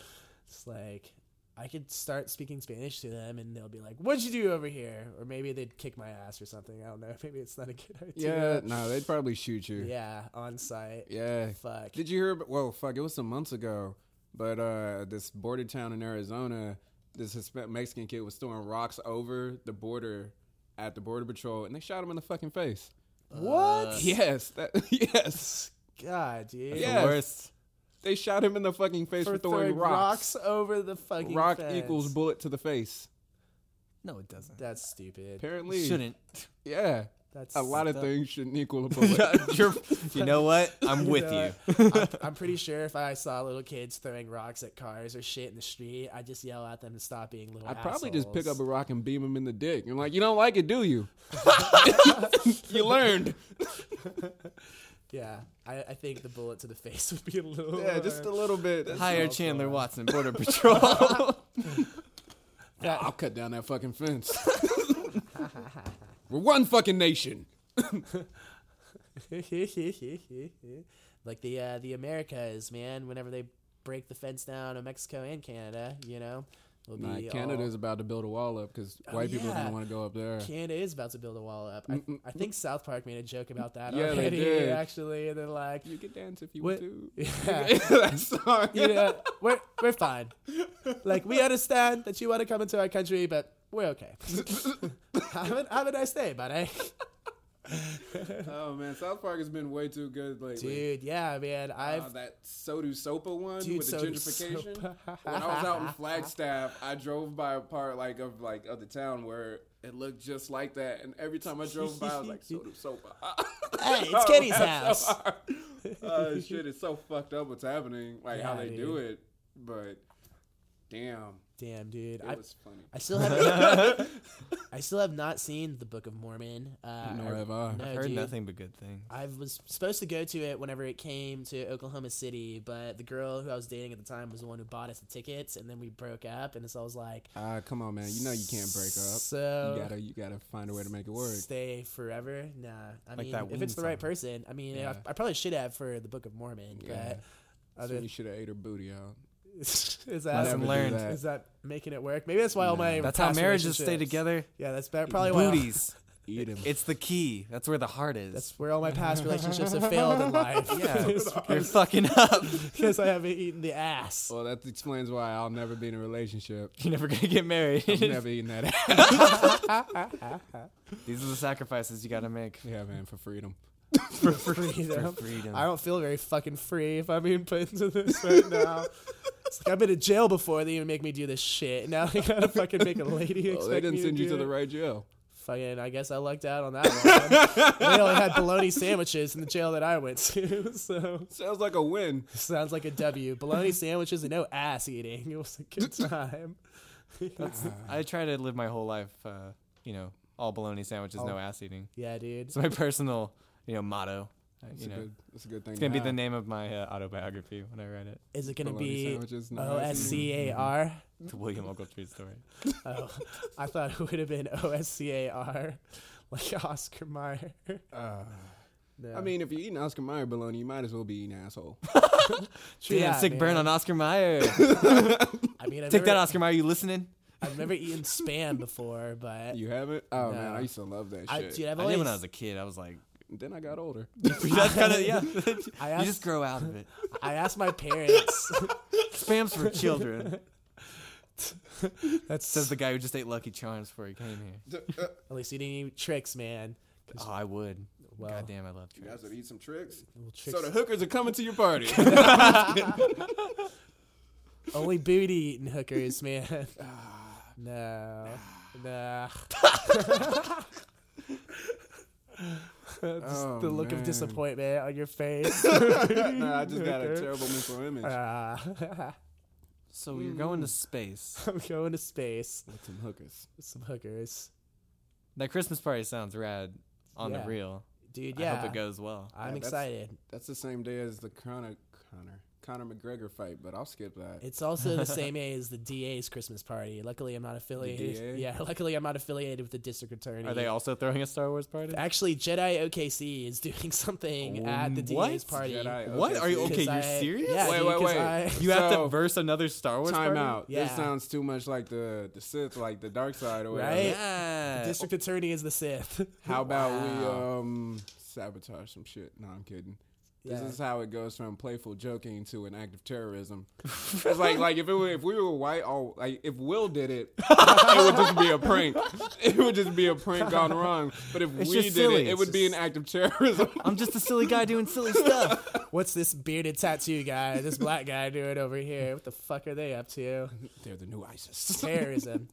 C: it's like I could start speaking Spanish to them, and they'll be like, "What'd you do over here?" Or maybe they'd kick my ass or something. I don't know. [LAUGHS] Maybe it's not a good
A: Yeah,
C: idea.
A: no, they'd probably shoot you.
C: yeah, on site.
A: Yeah.
C: Fuck.
A: Did you hear? About, well, fuck, it was some months ago, but uh, this border town in Arizona, this Hispanic Mexican kid was throwing rocks over the border at the border patrol, and they shot him in the fucking face.
C: what?
A: Yes, that, [LAUGHS] yes,
C: God, dude.
A: Yeah.
B: The worst.
A: they shot him in the fucking face for,
C: For
A: throwing, rocks.
C: over the fucking
A: Rock
C: fence.
A: equals bullet to the face.
B: No, it doesn't.
C: That's stupid.
A: Apparently,
B: Shouldn't. [LAUGHS]
A: yeah,
C: That's
A: a lot of
B: That-
A: things shouldn't equal
C: [LAUGHS]
A: a bullet.
B: You're, you know what? I'm with you.
C: know, I'm, I'm pretty sure if I saw little kids throwing rocks at cars or shit in the street, I'd just yell at them to stop being little.
A: I'd probably just pick up
C: assholes.
A: a rock and beam him in the dick. I'm like, you don't like it, do
C: [LAUGHS]
A: you? you learned.
C: Yeah, I, I think the bullet to the [LAUGHS] face would be a little.
A: Yeah, just a little bit. That's-
B: Hire
C: awful.
B: Chandler Watson, Border [LAUGHS] Patrol.
C: that-
A: I'll cut down that fucking fence. [LAUGHS] We're one fucking nation.
C: [LAUGHS] like the uh, the Americas, man. Whenever they break the fence down in Mexico and Canada, you know, will
A: Nah,
C: be
A: Canada's about to build a wall up because
C: Oh,
A: white people
C: yeah.
A: don't want to go up there.
C: all- Canada is about to build a wall up. I, I think South Park made a joke about that
A: Yeah, they
C: already,
A: did.
C: actually. And they're like,
A: You can dance if you
C: What-
A: want to.
C: yeah,
A: [LAUGHS]
C: [LAUGHS]
A: that song.
C: you know, we're we're fine. Like we understand that you want to come into our country, but we're okay. [LAUGHS] have, a, have a nice day, buddy.
A: Oh man, South Park has been way too good lately.
C: Dude, yeah, man. I've
A: Uh, that Sodu Sopa one
C: Dude,
A: with the
C: Sodu
A: gentrification.
C: Sopa.
A: when I was out
C: [LAUGHS]
A: in Flagstaff, I drove by a part like of like of the town where it looked just [LAUGHS] like that, and every time I drove by, I was like Sodu Sopa. [LAUGHS]
C: hey, it's Kenny's house.
A: uh, shit, it's so fucked up what's happening, like how
C: Yeah,
A: they
C: dude.
A: do it. But damn,
C: Damn,
A: it
C: dude. I,
A: was funny.
C: I
A: [LAUGHS]
C: still haven't. [LAUGHS] I still have not seen the Book of Mormon. Uh,
A: Nor have I.
C: no,
B: I've heard
C: dude.
B: nothing but good things.
C: I was supposed to go to it whenever it came to Oklahoma City, but the girl who I was dating at the time was the one who bought us the tickets, and then we broke up. And so I was like,
A: Ah, come on, man. You know you can't break up.
C: So
A: you gotta, you gotta find a way to make it work.
C: Stay forever? Nah. I
B: Like
C: mean,
B: that
C: if it's
B: Ween
C: the right
B: song.
C: person, I mean,
A: Yeah.
C: I, I probably should have for the Book of Mormon,
A: Yeah.
C: but
A: So
C: other
A: you should have ate her booty out.
C: [LAUGHS] is
B: Lesson
A: Never do
C: that
B: learned.
C: is that making it work? Maybe that's why all
A: Nah.
C: my
B: That's how
C: past
B: marriages stay
C: relationships-
B: together.
C: Yeah, that's ba- probably why.
B: Booties.
A: Eat him.
B: It's the key. That's where the heart is.
C: That's where all my past relationships have failed in life.
B: [LAUGHS]
C: [LAUGHS]
B: yeah, you're fucking up. [LAUGHS]
C: because I haven't eaten the ass.
A: well, that explains why I'll never be in a
B: [LAUGHS]
A: relationship.
B: You're never gonna get married.
A: I've never eaten that. ass.
B: [LAUGHS] These are the sacrifices you
A: [LAUGHS]
B: gotta make
A: yeah, man, for
C: [LAUGHS]
A: freedom.
B: [LAUGHS] for freedom.
C: freedom.
B: For freedom.
C: I don't feel very fucking free if I'm being put into this
A: [LAUGHS]
C: right now. It's like I've been to jail before. They even make me do this shit. Now they gotta
A: [LAUGHS]
C: fucking make a lady.
A: Well, they
C: expect
A: didn't
C: me
A: send you
C: do
A: to the
C: it.
A: right jail.
C: Fucking, I guess I lucked out on that one. they only had bologna sandwiches in the jail that I went to, [LAUGHS] so
A: Sounds like a
C: [LAUGHS]
A: win.
C: sounds like a W. Bologna sandwiches and no ass eating. It was
A: [LAUGHS]
C: a good time. [LAUGHS]
A: Uh,
B: I try to live my whole life, uh, you know, all bologna sandwiches, no
C: All-
B: ass eating.
C: Yeah, dude.
B: It's my [LAUGHS] personal, you know, motto. Uh,
A: That's,
B: You
A: a,
B: know,
A: good, that's a good thing.
B: it's gonna be
A: to
B: the
A: have.
B: name of my uh, autobiography when I write it.
C: Is it gonna
A: Bologna
C: be
A: sandwiches, no
C: O
A: ass
C: S
A: eating.
C: C A R?
B: The William Ogletree story.
C: Oh, I thought it would have been O S C A R, [LAUGHS] like Oscar Mayer.
A: Uh,
C: No.
A: I mean, if you're eating Oscar Mayer bologna, you might as well be eating
C: [LAUGHS]
A: asshole.
C: True
B: Damn,
C: that,
B: sick
C: man.
B: burn on Oscar [LAUGHS] Meyer.
C: I mean,
B: [LAUGHS]
C: I've
B: Take
C: never,
B: that, Oscar Meyer. You listening?
C: I've never eaten spam before, but
A: You haven't? Oh
C: No.
A: man, I used to love that
C: I,
A: shit.
C: dude, I've
B: I did
C: always.
B: when I was a kid. I was like, [LAUGHS]
A: then I got
C: [LAUGHS]
A: older.
B: that's kind of yeah.
C: I
B: you
C: asked,
B: just grow out of it.
C: I asked my
A: [LAUGHS]
C: parents.
B: Spams for children.
C: That's
B: Says the guy who just ate Lucky Charms before he came here.
C: at least you didn't eat tricks, man.
B: Oh, I would.
C: Well,
B: God damn, I love
A: you guys
B: tricks.
A: would eat some tricks.
C: Well, tricks
A: So the hookers are coming to your
C: [LAUGHS]
A: party. [LAUGHS]
C: only booty eating
A: [LAUGHS]
C: hookers, man.
A: Ah.
C: no, no. Just
A: Oh,
C: the look
A: man.
C: of disappointment
A: [LAUGHS]
C: on your face.
A: no, I just
C: [LAUGHS]
A: got a
C: Hooker.
A: terrible mental image.
C: Ah. [LAUGHS]
B: So you're going
C: Hmm.
B: to space.
C: I'm going to space
A: With some hookers.
C: with some hookers.
B: That Christmas party sounds rad on
C: Yeah.
B: the real.
C: Dude,
B: I
C: yeah.
B: hope it goes well.
C: I'm
A: Yeah, that's-
C: excited.
A: That's the same day as the Conor Conor Conor McGregor fight, but I'll skip that.
C: It's also
B: [LAUGHS]
C: the same day as the DA's Christmas party. Luckily, I'm not affiliated.
A: DA?
C: Yeah, [LAUGHS] luckily, I'm not affiliated with the district attorney.
B: Are they also throwing a Star Wars party?
C: Actually, Jedi OKC is doing [LAUGHS] something at the DA's
B: What?
C: party.
A: Jedi,
B: What? Are you
A: OKC.
B: okay?
C: 'Cause
B: You're
C: I-
B: serious?
C: Yeah,
A: Wait,
C: dude,
A: wait,
C: 'cause
A: wait.
C: I-
B: You have
A: So-
B: to verse another Star Wars
A: Time
B: party?
A: out. This
C: Yeah.
A: sounds too much like the the Sith, like the dark side or whatever.
C: Right?
B: Yeah.
C: district attorney is the Sith. [LAUGHS]
A: How about
B: Wow.
A: we um sabotage some shit? No, I'm kidding. This
C: Yeah.
A: is how it goes from playful joking to an act of terrorism. it's like like if it were, if we were white, all like if Will did it, it would just be a prank. It would just be a prank gone wrong. But if
B: It's
A: we did
B: just silly.
A: it, it
B: It's
A: would be an
B: just-
A: act of terrorism. [LAUGHS]
B: I'm just a silly guy doing
C: [LAUGHS]
B: silly stuff.
C: What's this bearded tattoo guy, this black guy doing over here? What the fuck are they
B: [LAUGHS]
C: up to?
A: They're the new ISIS.
C: Terrorism.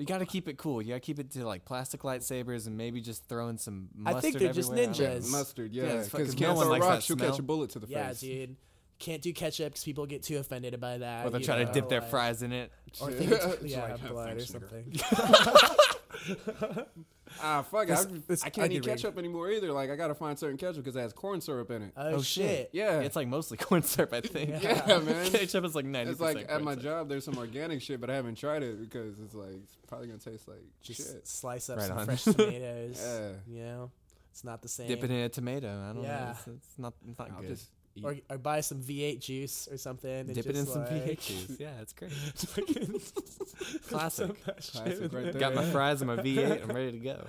B: You gotta keep it cool. You gotta keep it to like plastic lightsabers and maybe just throwing some
C: I
B: mustard
C: think they're just
B: everywhere. I don't know.
C: ninjas.
A: Mustard,
B: Yeah,
A: yeah.
B: it's
A: Because
B: fucking- no
A: can't
B: one
A: throw
B: likes
A: rocks,
B: that
A: you'll catch
B: smell.
A: a bullet to the
C: yeah,
A: face.
C: dude. Can't do ketchup because people get too offended by that.
B: Or they're
C: you
B: trying
C: know,
B: to dip their
C: like-
B: fries in it.
A: [LAUGHS]
B: [LAUGHS]
C: Or think it's,
A: It's
C: [LAUGHS] yeah,
A: like,
C: blood or
A: thanks, nigga.
C: something. Oh,
A: Ah, fuck!
C: That's-
A: I,
C: that's
A: I can't eat
C: underrated.
A: ketchup anymore either. Like I gotta find certain ketchup because it has corn syrup in it.
C: Oh,
B: Oh,
C: shit.
B: shit.
A: yeah,
B: It's like mostly [LAUGHS] corn syrup, I think. [LAUGHS]
A: yeah, man.
B: Ketchup is like 90%.
A: It's like at
B: corn
A: my
B: syrup.
A: job, there's some organic shit, but I haven't tried it because it's like it's probably gonna taste
B: [LAUGHS]
A: like
C: Just
A: shit.
C: slice up
B: Right
C: some
B: on. [LAUGHS]
C: fresh tomatoes.
A: Yeah,
C: You know, it's not the same.
B: Dip it in a tomato. I don't
C: Yeah.
B: know. It's, it's not, it's not
A: I'll
B: good.
A: just eat.
C: Or, or buy some V8 juice or something. and
B: Dip it in
C: just,
B: some
C: like,
A: [LAUGHS]
B: pH juice. Yeah, it's great.
C: [LAUGHS] Classic.
B: Classic.
A: Classic
C: [LAUGHS]
A: right there.
B: Got my fries and my
A: [LAUGHS]
B: V8. I'm ready to go.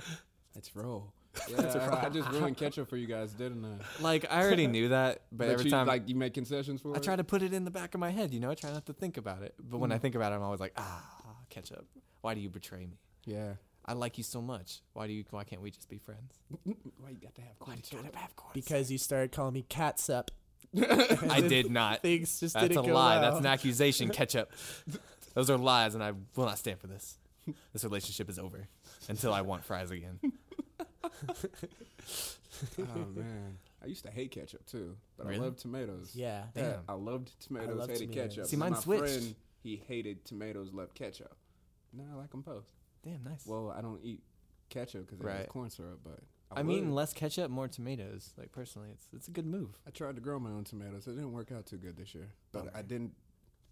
A: Let's roll. Yeah,
C: That's a
A: I, I
C: fry.
A: just ruined ketchup for you guys, didn't I?
B: Like I already knew that, but
A: That
B: every
A: you,
B: time
A: like you make concessions for
B: I
A: it?
B: try to put it in the back of my head, you know, I try not to think about it. But
A: Mm-hmm.
B: when I think about it, I'm always like, ah, ketchup. Why do you betray me?
A: Yeah.
B: I like you so much. Why do you? Why can't we just be friends?
A: Why you got to have
B: Why
A: corn
B: do you
A: syrup?
B: [LAUGHS] gotta have corn?
C: Because you started calling me catsup.
B: syrup? [LAUGHS] I did not.
C: Things just
B: That's a
C: didn't go
B: lie. That's
C: well.
B: an [LAUGHS] accusation. Ketchup. Those are lies, and I will not stand for this. This relationship is over until I want fries again.
A: Oh man. I used to hate ketchup too, but
B: Really?
A: I loved tomatoes.
C: Yeah.
A: Yeah,
B: Damn.
A: I loved tomatoes.
C: love
A: hated
C: tomatoes.
A: ketchup.
B: See,
A: My
B: mine switched.
A: friend, he hated tomatoes. Loved ketchup. Now I like them both.
B: Damn, nice.
A: Well, I don't eat ketchup because it has
B: Right.
A: corn syrup, but I,
B: I
A: would.
B: mean, less ketchup, more tomatoes. Like personally, it's it's a good move.
A: I tried to grow my own tomatoes. It didn't work out too good this year, but I didn't.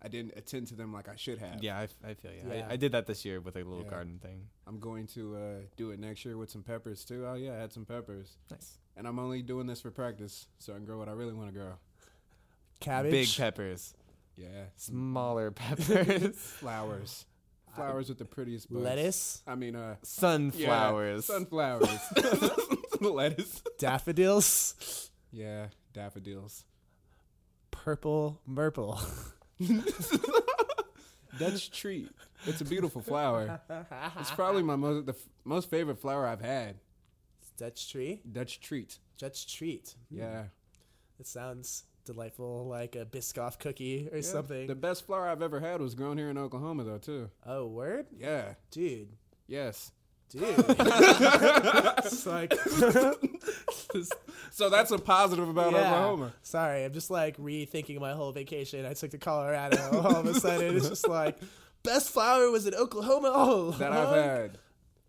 A: I didn't attend to them like I should have.
B: Yeah, I, f- I feel you.
C: Yeah.
B: I, I did that this year with a little
A: Yeah.
B: garden thing.
A: I'm going to uh, do it next year with some peppers too. Oh yeah, I had some peppers,
B: Nice.
A: and I'm only doing this for practice, so I can grow what I really want to grow.
C: Cabbage.
B: Big peppers,
A: Yeah,
B: [LAUGHS] smaller peppers, [SIGHS]
A: flowers, flowers with the prettiest buds.
C: lettuce.
A: I mean, uh, yeah,
B: sunflowers.
A: sunflowers,
B: [LAUGHS]
A: [LAUGHS] lettuce.
C: daffodils.
A: Yeah, daffodils.
C: Purple murple.
A: Dutch treat. It's a beautiful flower. It's probably my most the f- most favorite flower I've had.
C: [LAUGHS] Dutch tree.
A: Dutch treat.
C: Dutch treat.
A: Yeah.
C: It sounds delightful, like a Biscoff cookie or
A: Yeah.
C: something.
A: The best flower I've ever had was grown here in Oklahoma, though, too.
C: oh, word,
A: Yeah.
C: dude,
A: Yes. [LAUGHS]
C: dude. [LAUGHS] it's like,
A: So that's a positive about
C: yeah.
A: Oklahoma.
C: Sorry, I'm just like rethinking my whole vacation. I took to Colorado. All of a sudden, it's just like best flower was in Oklahoma. Oh,
A: That I've had.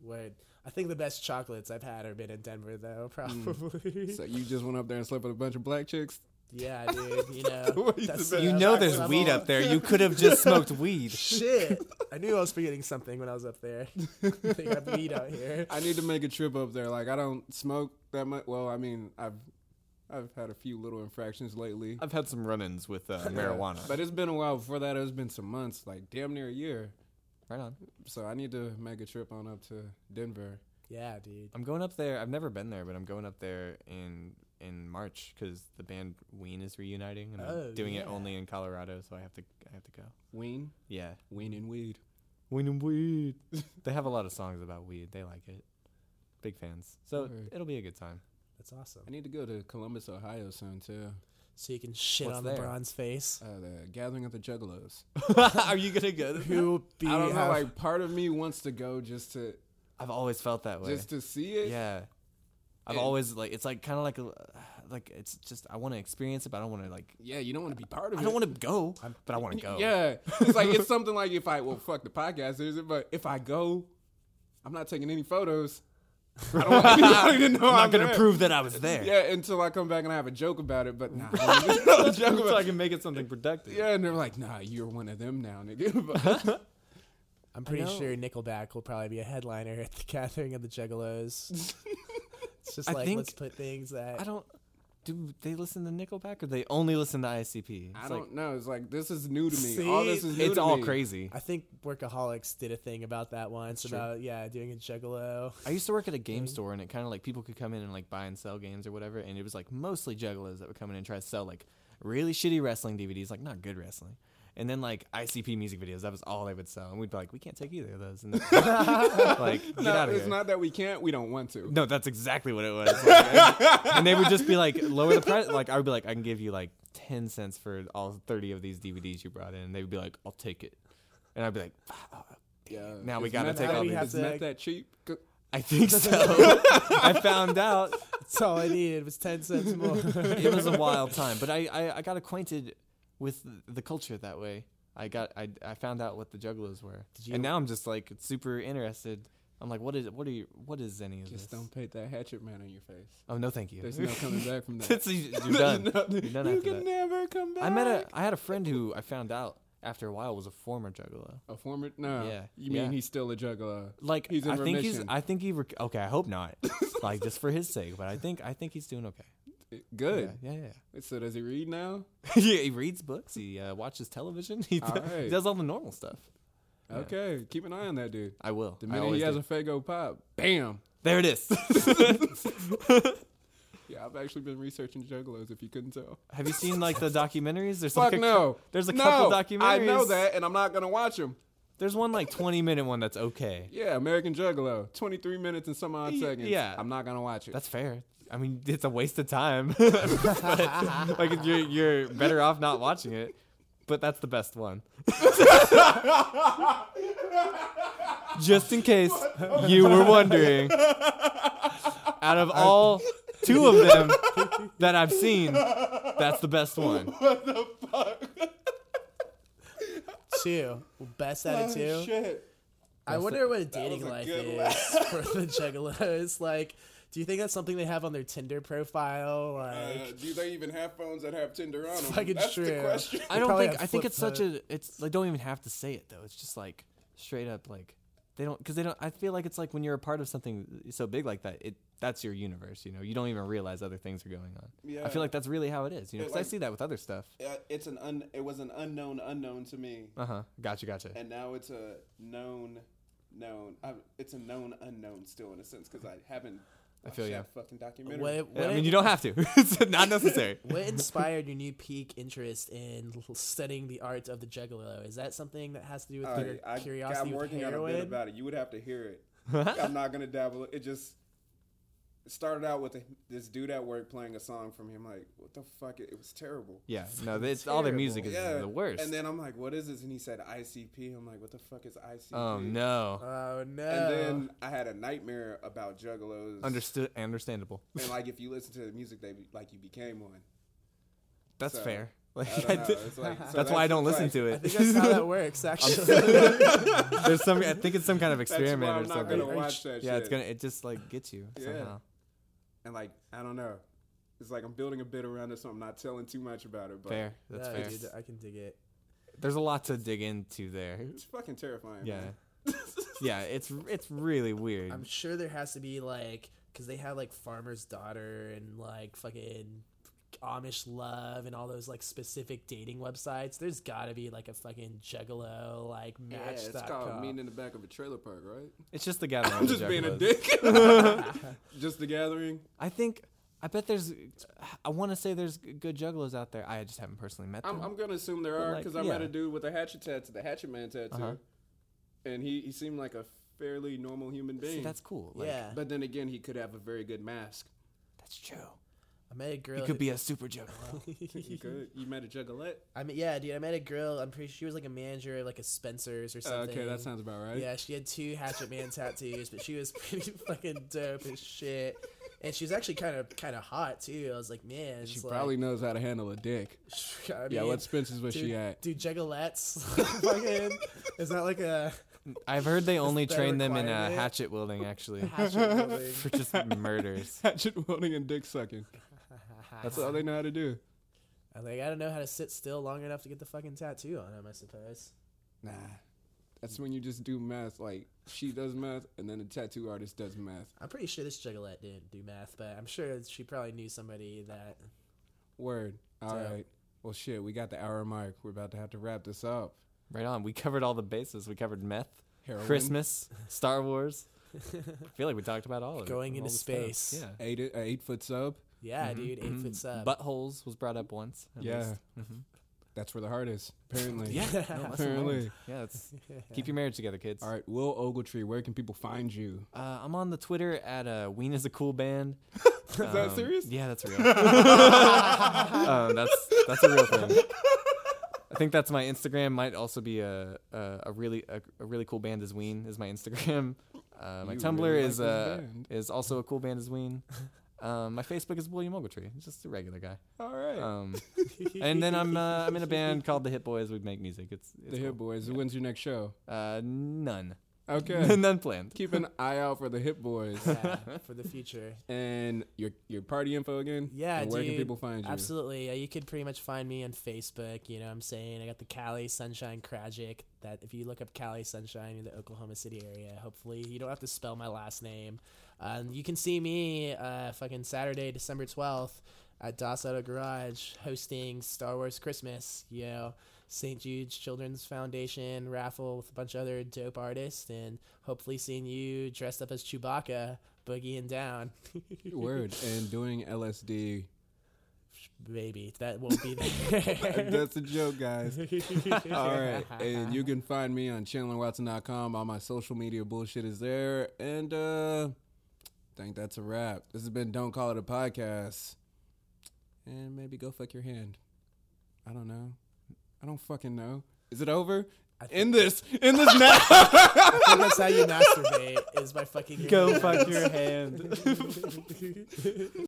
C: Word. I think the best chocolates I've had have been in Denver, though.
A: Hmm.
C: Probably.
A: So you just went up there and slept with a bunch of black chicks?
C: [LAUGHS] yeah, dude. You know,
A: [LAUGHS] way you
C: that's
A: said
C: the
B: You know
C: next
B: there's
C: level.
B: weed up there. You could have [LAUGHS] just smoked weed.
C: Shit, I knew I was forgetting something when I was
A: [LAUGHS]
C: up there. [LAUGHS] they got weed out here.
A: I need to make a trip up there. Like I don't smoke that much. Well, I mean, I've I've had a few little infractions lately.
B: I've had some run-ins with [LAUGHS] uh, marijuana.
A: But it's been a while before that. It's been some months, like damn near a year.
B: Right on.
A: So I need to make a trip on up to Denver.
C: Yeah, dude.
B: I'm going up there. I've never been there, but I'm going up there in in March because the band Ween is reuniting, and
C: Oh,
B: I'm doing it
C: yeah.
B: only in Colorado, so I have to I have to go.
A: Ween,
B: Yeah,
A: ween and weed.
B: Ween and weed. they have a lot of songs about weed. They like it. Big fans. So
A: Alright.
B: it'll be a good time.
C: That's awesome.
A: I need to go to Columbus, Ohio soon too.
C: So you can shit
B: What's
C: on
B: there?
C: LeBron's face.
A: Uh, the Gathering of the Juggalos.
B: Are you gonna go?
C: Who be
A: I don't know.
C: have-
A: Like part of me wants to go just to
B: I've always felt that way.
A: just to see it.
B: yeah. I've
A: And-
B: always like it's like kind of like a, like it's just I want to experience it, but I don't want to like
A: Yeah, you don't want to be part of
B: I
A: it.
B: don't want to go, but I want to go.
A: Yeah, it's like it's something like if I well fuck the podcast, is it? But if I go, I'm not taking any photos. I don't want anybody to know
B: I'm not
A: I'm
B: gonna
A: there.
B: prove that I was there.
A: Yeah, until I come back and I have a joke about it. But
B: [LAUGHS]
A: nah, I don't [LAUGHS] have a joke
B: so
A: about
B: I can make it something productive.
A: Yeah, and they're like, nah, you're one of them now, nigga. [LAUGHS] But
C: I'm pretty
B: know.
C: sure Nickelback will probably be a headliner at the [LAUGHS] Gathering of the Juggalos. it's just
B: I
C: like
B: think-
C: let's put things that
B: I don't. Do they listen to Nickelback or they only listen to ICP?
A: I
B: It's
A: don't
B: like-
A: know. It's like this is new to me.
C: See?
A: all this is new
B: it's
A: to
B: all
A: me.
B: crazy.
C: I think Workaholics did a thing about that once about yeah doing a Juggalo.
B: I used to work at a game store and it kind of like people could come in and like buy and sell games or whatever, and it was like mostly juggalos that would come in and try to sell like really shitty wrestling DVDs, like not good wrestling. And then like ICP music videos, that was all they would sell, and we'd be like, we can't take either of those. And then- [LAUGHS] like, get
A: No,
B: out of
A: it's
B: here.
A: not that we can't. We don't want to.
B: No, that's exactly what it was. Like, and they would just be like, lower the price. Like, I would be like, I can give you like 10 cents for all 30 of these DVDs you brought in. And they would be like, I'll take it. And I'd be like,
A: Yeah.
B: Now we
A: Is
B: gotta
A: meth
B: take
A: that-
B: all
A: is
C: these.
A: meth that cheap.
B: I think so. [LAUGHS] I found out
C: That's all I needed was ten cents
B: [LAUGHS]
C: more.
B: it was a wild time, but I, I, I got acquainted with the culture that way. I got I, I found out what the juggalos were,
C: you-
B: and now I'm just like super interested. I'm like, what is what are you what is any of
A: Just
B: this?
A: don't paint that hatchet man on your face.
B: [LAUGHS] Oh no, thank you.
A: There's no coming back from that. [LAUGHS]
B: It's- you're done. You're done
A: you
B: after
A: can
B: that.
A: never come back.
B: I met a I had a friend who I found out after a while was a former juggalo.
A: a former. No,
B: Yeah,
A: you mean
B: yeah.
A: he's still a juggler?
B: Like
A: he's in
B: I
A: remission.
B: think he's I think he rec- okay. I
A: [LAUGHS]
B: hope not. like just for his sake, but I think I think he's doing okay.
A: Good.
B: Yeah, yeah. [LAUGHS] yeah.
A: So does he read now?
B: yeah he reads books. He uh, watches television. [LAUGHS] He,
A: All right.
B: does all the normal stuff. Yeah.
A: Okay, keep an eye on that dude.
B: I will.
A: The
B: I
A: minute he
B: always
A: has
B: do.
A: a Fago pop, bam.
B: there
A: [LAUGHS]
B: it is.
A: Yeah, I've actually been researching juggalos. If you couldn't tell,
B: Have you seen like the documentaries? There's
A: fuck
B: like a,
A: no.
B: There's a
A: no,
B: couple
A: I know
B: documentaries.
A: that, and I'm not gonna watch them.
B: There's one like 20 minute one that's okay.
A: Yeah, American Juggalo, 23 minutes and some odd
B: Y-
A: seconds.
B: yeah.
A: I'm not gonna watch it.
B: That's fair. I mean, [LAUGHS] it's a waste of time. [LAUGHS] But, like you're you're better off not watching it. But that's the best one. [LAUGHS] Just in case you were wondering, out of all two of them, that I've seen, that's the best one.
A: What the fuck?
C: two. Best out of two.
A: Oh, shit.
C: I wonder what a dating
A: was a
C: life
A: good
C: is
A: laugh.
C: [LAUGHS] for the juggalos. Like, do you think that's something they have on their Tinder profile?
A: Uh,
C: Like,
A: do they even have phones that have Tinder on them?
C: fucking
A: That's the
C: true.
A: question.
B: I don't
C: probably
B: think.
C: have
B: I think
C: flip
B: it's such a. It's. They don't even have to say it though. It's just like straight up like they don't because they don't. I feel like it's like when you're a part of something so big like that. It that's your universe. You know, you don't even realize other things are going on. I
A: Yeah.
B: feel like that's really how it is. You know,
A: It,
B: because
A: like-
B: I see that with other stuff.
A: [LAUGHS] Uh, it's an un, it was an unknown unknown to me,
B: Uh huh. Gotcha. Gotcha.
A: and now it's a known known. I, it's a known unknown still in a sense because I haven't. I
B: feel ya.
A: that fucking documentary.
C: what, what,
B: Yeah, I mean, you don't have to. [LAUGHS] it's not necessary.
C: what
A: [LAUGHS]
C: inspired your new peak interest in l- studying the art of the juggalo? Is that something that has to do with
A: All right,
C: your
A: I
C: curiosity
A: got
C: with
A: working on a
C: heroin?
A: bit about it. You would have to hear it. I'm not gonna dabble. It just it started out with this dude at work playing a song from him. Like, what the fuck? It, it was terrible.
B: yeah. No.
A: [LAUGHS]
B: It's all their music is
A: Yeah.
B: the worst.
A: And then I'm like, what is this? And he said ICP. I'm like, what the fuck is ICP?
B: oh no.
A: uh,
C: oh no!
A: And then I had a nightmare about juggalos.
B: Understood. Understandable.
A: and like if you listen to the music, they be- like you became
B: [LAUGHS]
A: one.
B: That's
A: So,
B: fair. Like,
A: I don't know. It's like, so
B: that's why I don't listen
A: like-
B: to
C: I
B: it.
C: think that's
B: [LAUGHS]
C: how
A: [LAUGHS]
C: that works. [LAUGHS] Actually,
B: There's some. I think it's some kind of
A: That's why
B: experiment
A: I'm
B: or
A: not
B: something.
A: gonna watch that.
B: yeah,
A: shit.
B: it's gonna. It just like gets you
A: Yeah.
B: somehow.
A: And like I don't know. It's like I'm building a bit around it, so I'm not telling too much about it. But
B: Fair. That's
C: No,
B: fair.
C: dude, I can dig it.
B: There's a lot to dig into there.
A: it's fucking terrifying.
B: Yeah.
A: man.
B: yeah. It's it's really weird.
C: I'm sure there has to be like because they have like farmer's daughter and like fucking Amish love and all those like specific dating websites. There's got to be like a fucking juggalo like match.
A: Yeah, it's called Mean in the Back of a Trailer Park, right?
B: it's just the gathering.
A: I'm
B: of the
A: just being a
B: Juggalos.
A: dick. [LAUGHS] just the gathering.
B: I think. I bet there's. I want to say there's g- good juggalos out there. I just haven't personally met them.
A: I'm, I'm gonna assume there
B: But,
A: are
B: like,
A: because I met
B: yeah.
A: a dude with a hatchet tattoo, the Hatchet Man tattoo,
B: Uh-huh.
A: and he, he seemed like a fairly normal human being.
B: See, that's cool. Like,
C: yeah,
A: But then again, he could have a very good mask.
B: That's true.
C: I met a girl.
B: You could be a super juggalo.
A: [LAUGHS]
C: [LAUGHS]
A: He could. You met a juggalette.
C: I mean, yeah, dude. I met a girl. I'm pretty. She was like a manager, at, like a Spencer's or something.
A: Uh, Oh, okay, that sounds about right.
C: Yeah, she had two
A: [LAUGHS]
C: Hatchet Man tattoos, but she was pretty [LAUGHS] fucking dope as shit. And she was actually kind of kind of hot too. I was like, man,
A: she
C: it's like-
A: probably knows how to handle a dick.
C: [SIGHS] I
A: yeah,
C: mean,
A: what Spencer's was
C: dude,
A: she at? [LAUGHS]
C: Dude, juggalettes. [LAUGHS] fucking, is that like a
B: I've heard they only
C: that a
B: train them in uh,
C: requirement?
B: hatchet wielding actually
C: hatchet
B: [LAUGHS]
A: [LAUGHS]
C: building?
B: for just murders.
A: Hatchet wielding and dick sucking. That's all they know how to do.
C: I like I don't know how to sit still long enough to get the fucking tattoo on him. I suppose.
A: Nah, that's when you just do math. Like she does math, and then the tattoo artist does math.
C: I'm pretty sure this juggalette didn't do math, but I'm sure she probably knew somebody that.
A: Word. All right.
C: Dope.
A: Well, shit, we got the hour mark. We're about to have to wrap this up.
B: Right on. We covered all the bases. We covered meth,
A: Heroin.
C: [LAUGHS]
B: Christmas, Star Wars. I feel like we talked about all of it.
C: Going
B: all
C: into
B: the stuff.
C: space.
B: Yeah. Mm-hmm.
A: Eight, uh, eight foot sub.
C: Yeah,
A: Mm-hmm,
C: dude, eight foot sub.
B: Buttholes was brought up once. at
A: yeah.
B: least. Mm-hmm.
A: That's where the heart is,
C: [LAUGHS]
A: apparently.
B: Yeah. No, lesson
A: Apparently.
B: learned. Yeah. It's, keep your marriage together, kids.
A: All right, Will Ogletree, where can people find you?
B: Uh, I'm on the Twitter at uh, Ween is a cool band.
A: Is that
B: Um,
A: serious?
B: Yeah,
A: [LAUGHS]
B: that's real. um, that's that's a real thing. I think that's my Instagram. Might also be a a, a really a, a really cool band is Ween is my Instagram. Uh, my
A: You
B: Tumblr
A: really like
B: is
A: this
B: uh,
A: band.
B: is also a cool band is Ween. Um, my Facebook is William Ogletree. He's Just a regular guy.
A: All right.
B: Um, and then I'm uh, I'm in a band called the Hit Boys. We make music. It's,
A: the
B: it's
A: Hit
B: cool.
A: Boys. When's your next show?
B: Uh, none.
A: Okay.
B: [LAUGHS] none planned.
A: Keep an eye out for the Hit Boys.
C: [LAUGHS] yeah, for the future.
A: and your your party info again?
C: Yeah,
A: And where
C: dude,
A: can people find you?
C: Absolutely. Uh, you could pretty much find me on Facebook. You know what I'm saying? I got the Cali Sunshine Krajic. That if you look up Cali Sunshine in the Oklahoma City area, hopefully you don't have to spell my last name. Um, you can see me uh, fucking Saturday, December 12th at Dos Auto Garage hosting Star Wars Christmas. You know, St. Jude's Children's Foundation raffle with a bunch of other dope artists and hopefully seeing you dressed up as Chewbacca boogieing down. [LAUGHS]
A: Word. And doing LSD.
C: Maybe that won't be
A: [LAUGHS]
C: there. [LAUGHS]
A: That's a joke, guys. All right. And you can find me on chandlerwatson.com. All my social media bullshit is there. And uh think that's a wrap. This has been Don't Call It a Podcast. And maybe go fuck your hand. I don't know. I don't fucking know. Is it over? End this. End this now.
C: I think that's how you masturbate is by fucking your
B: Go
C: hand.
B: fuck your hand.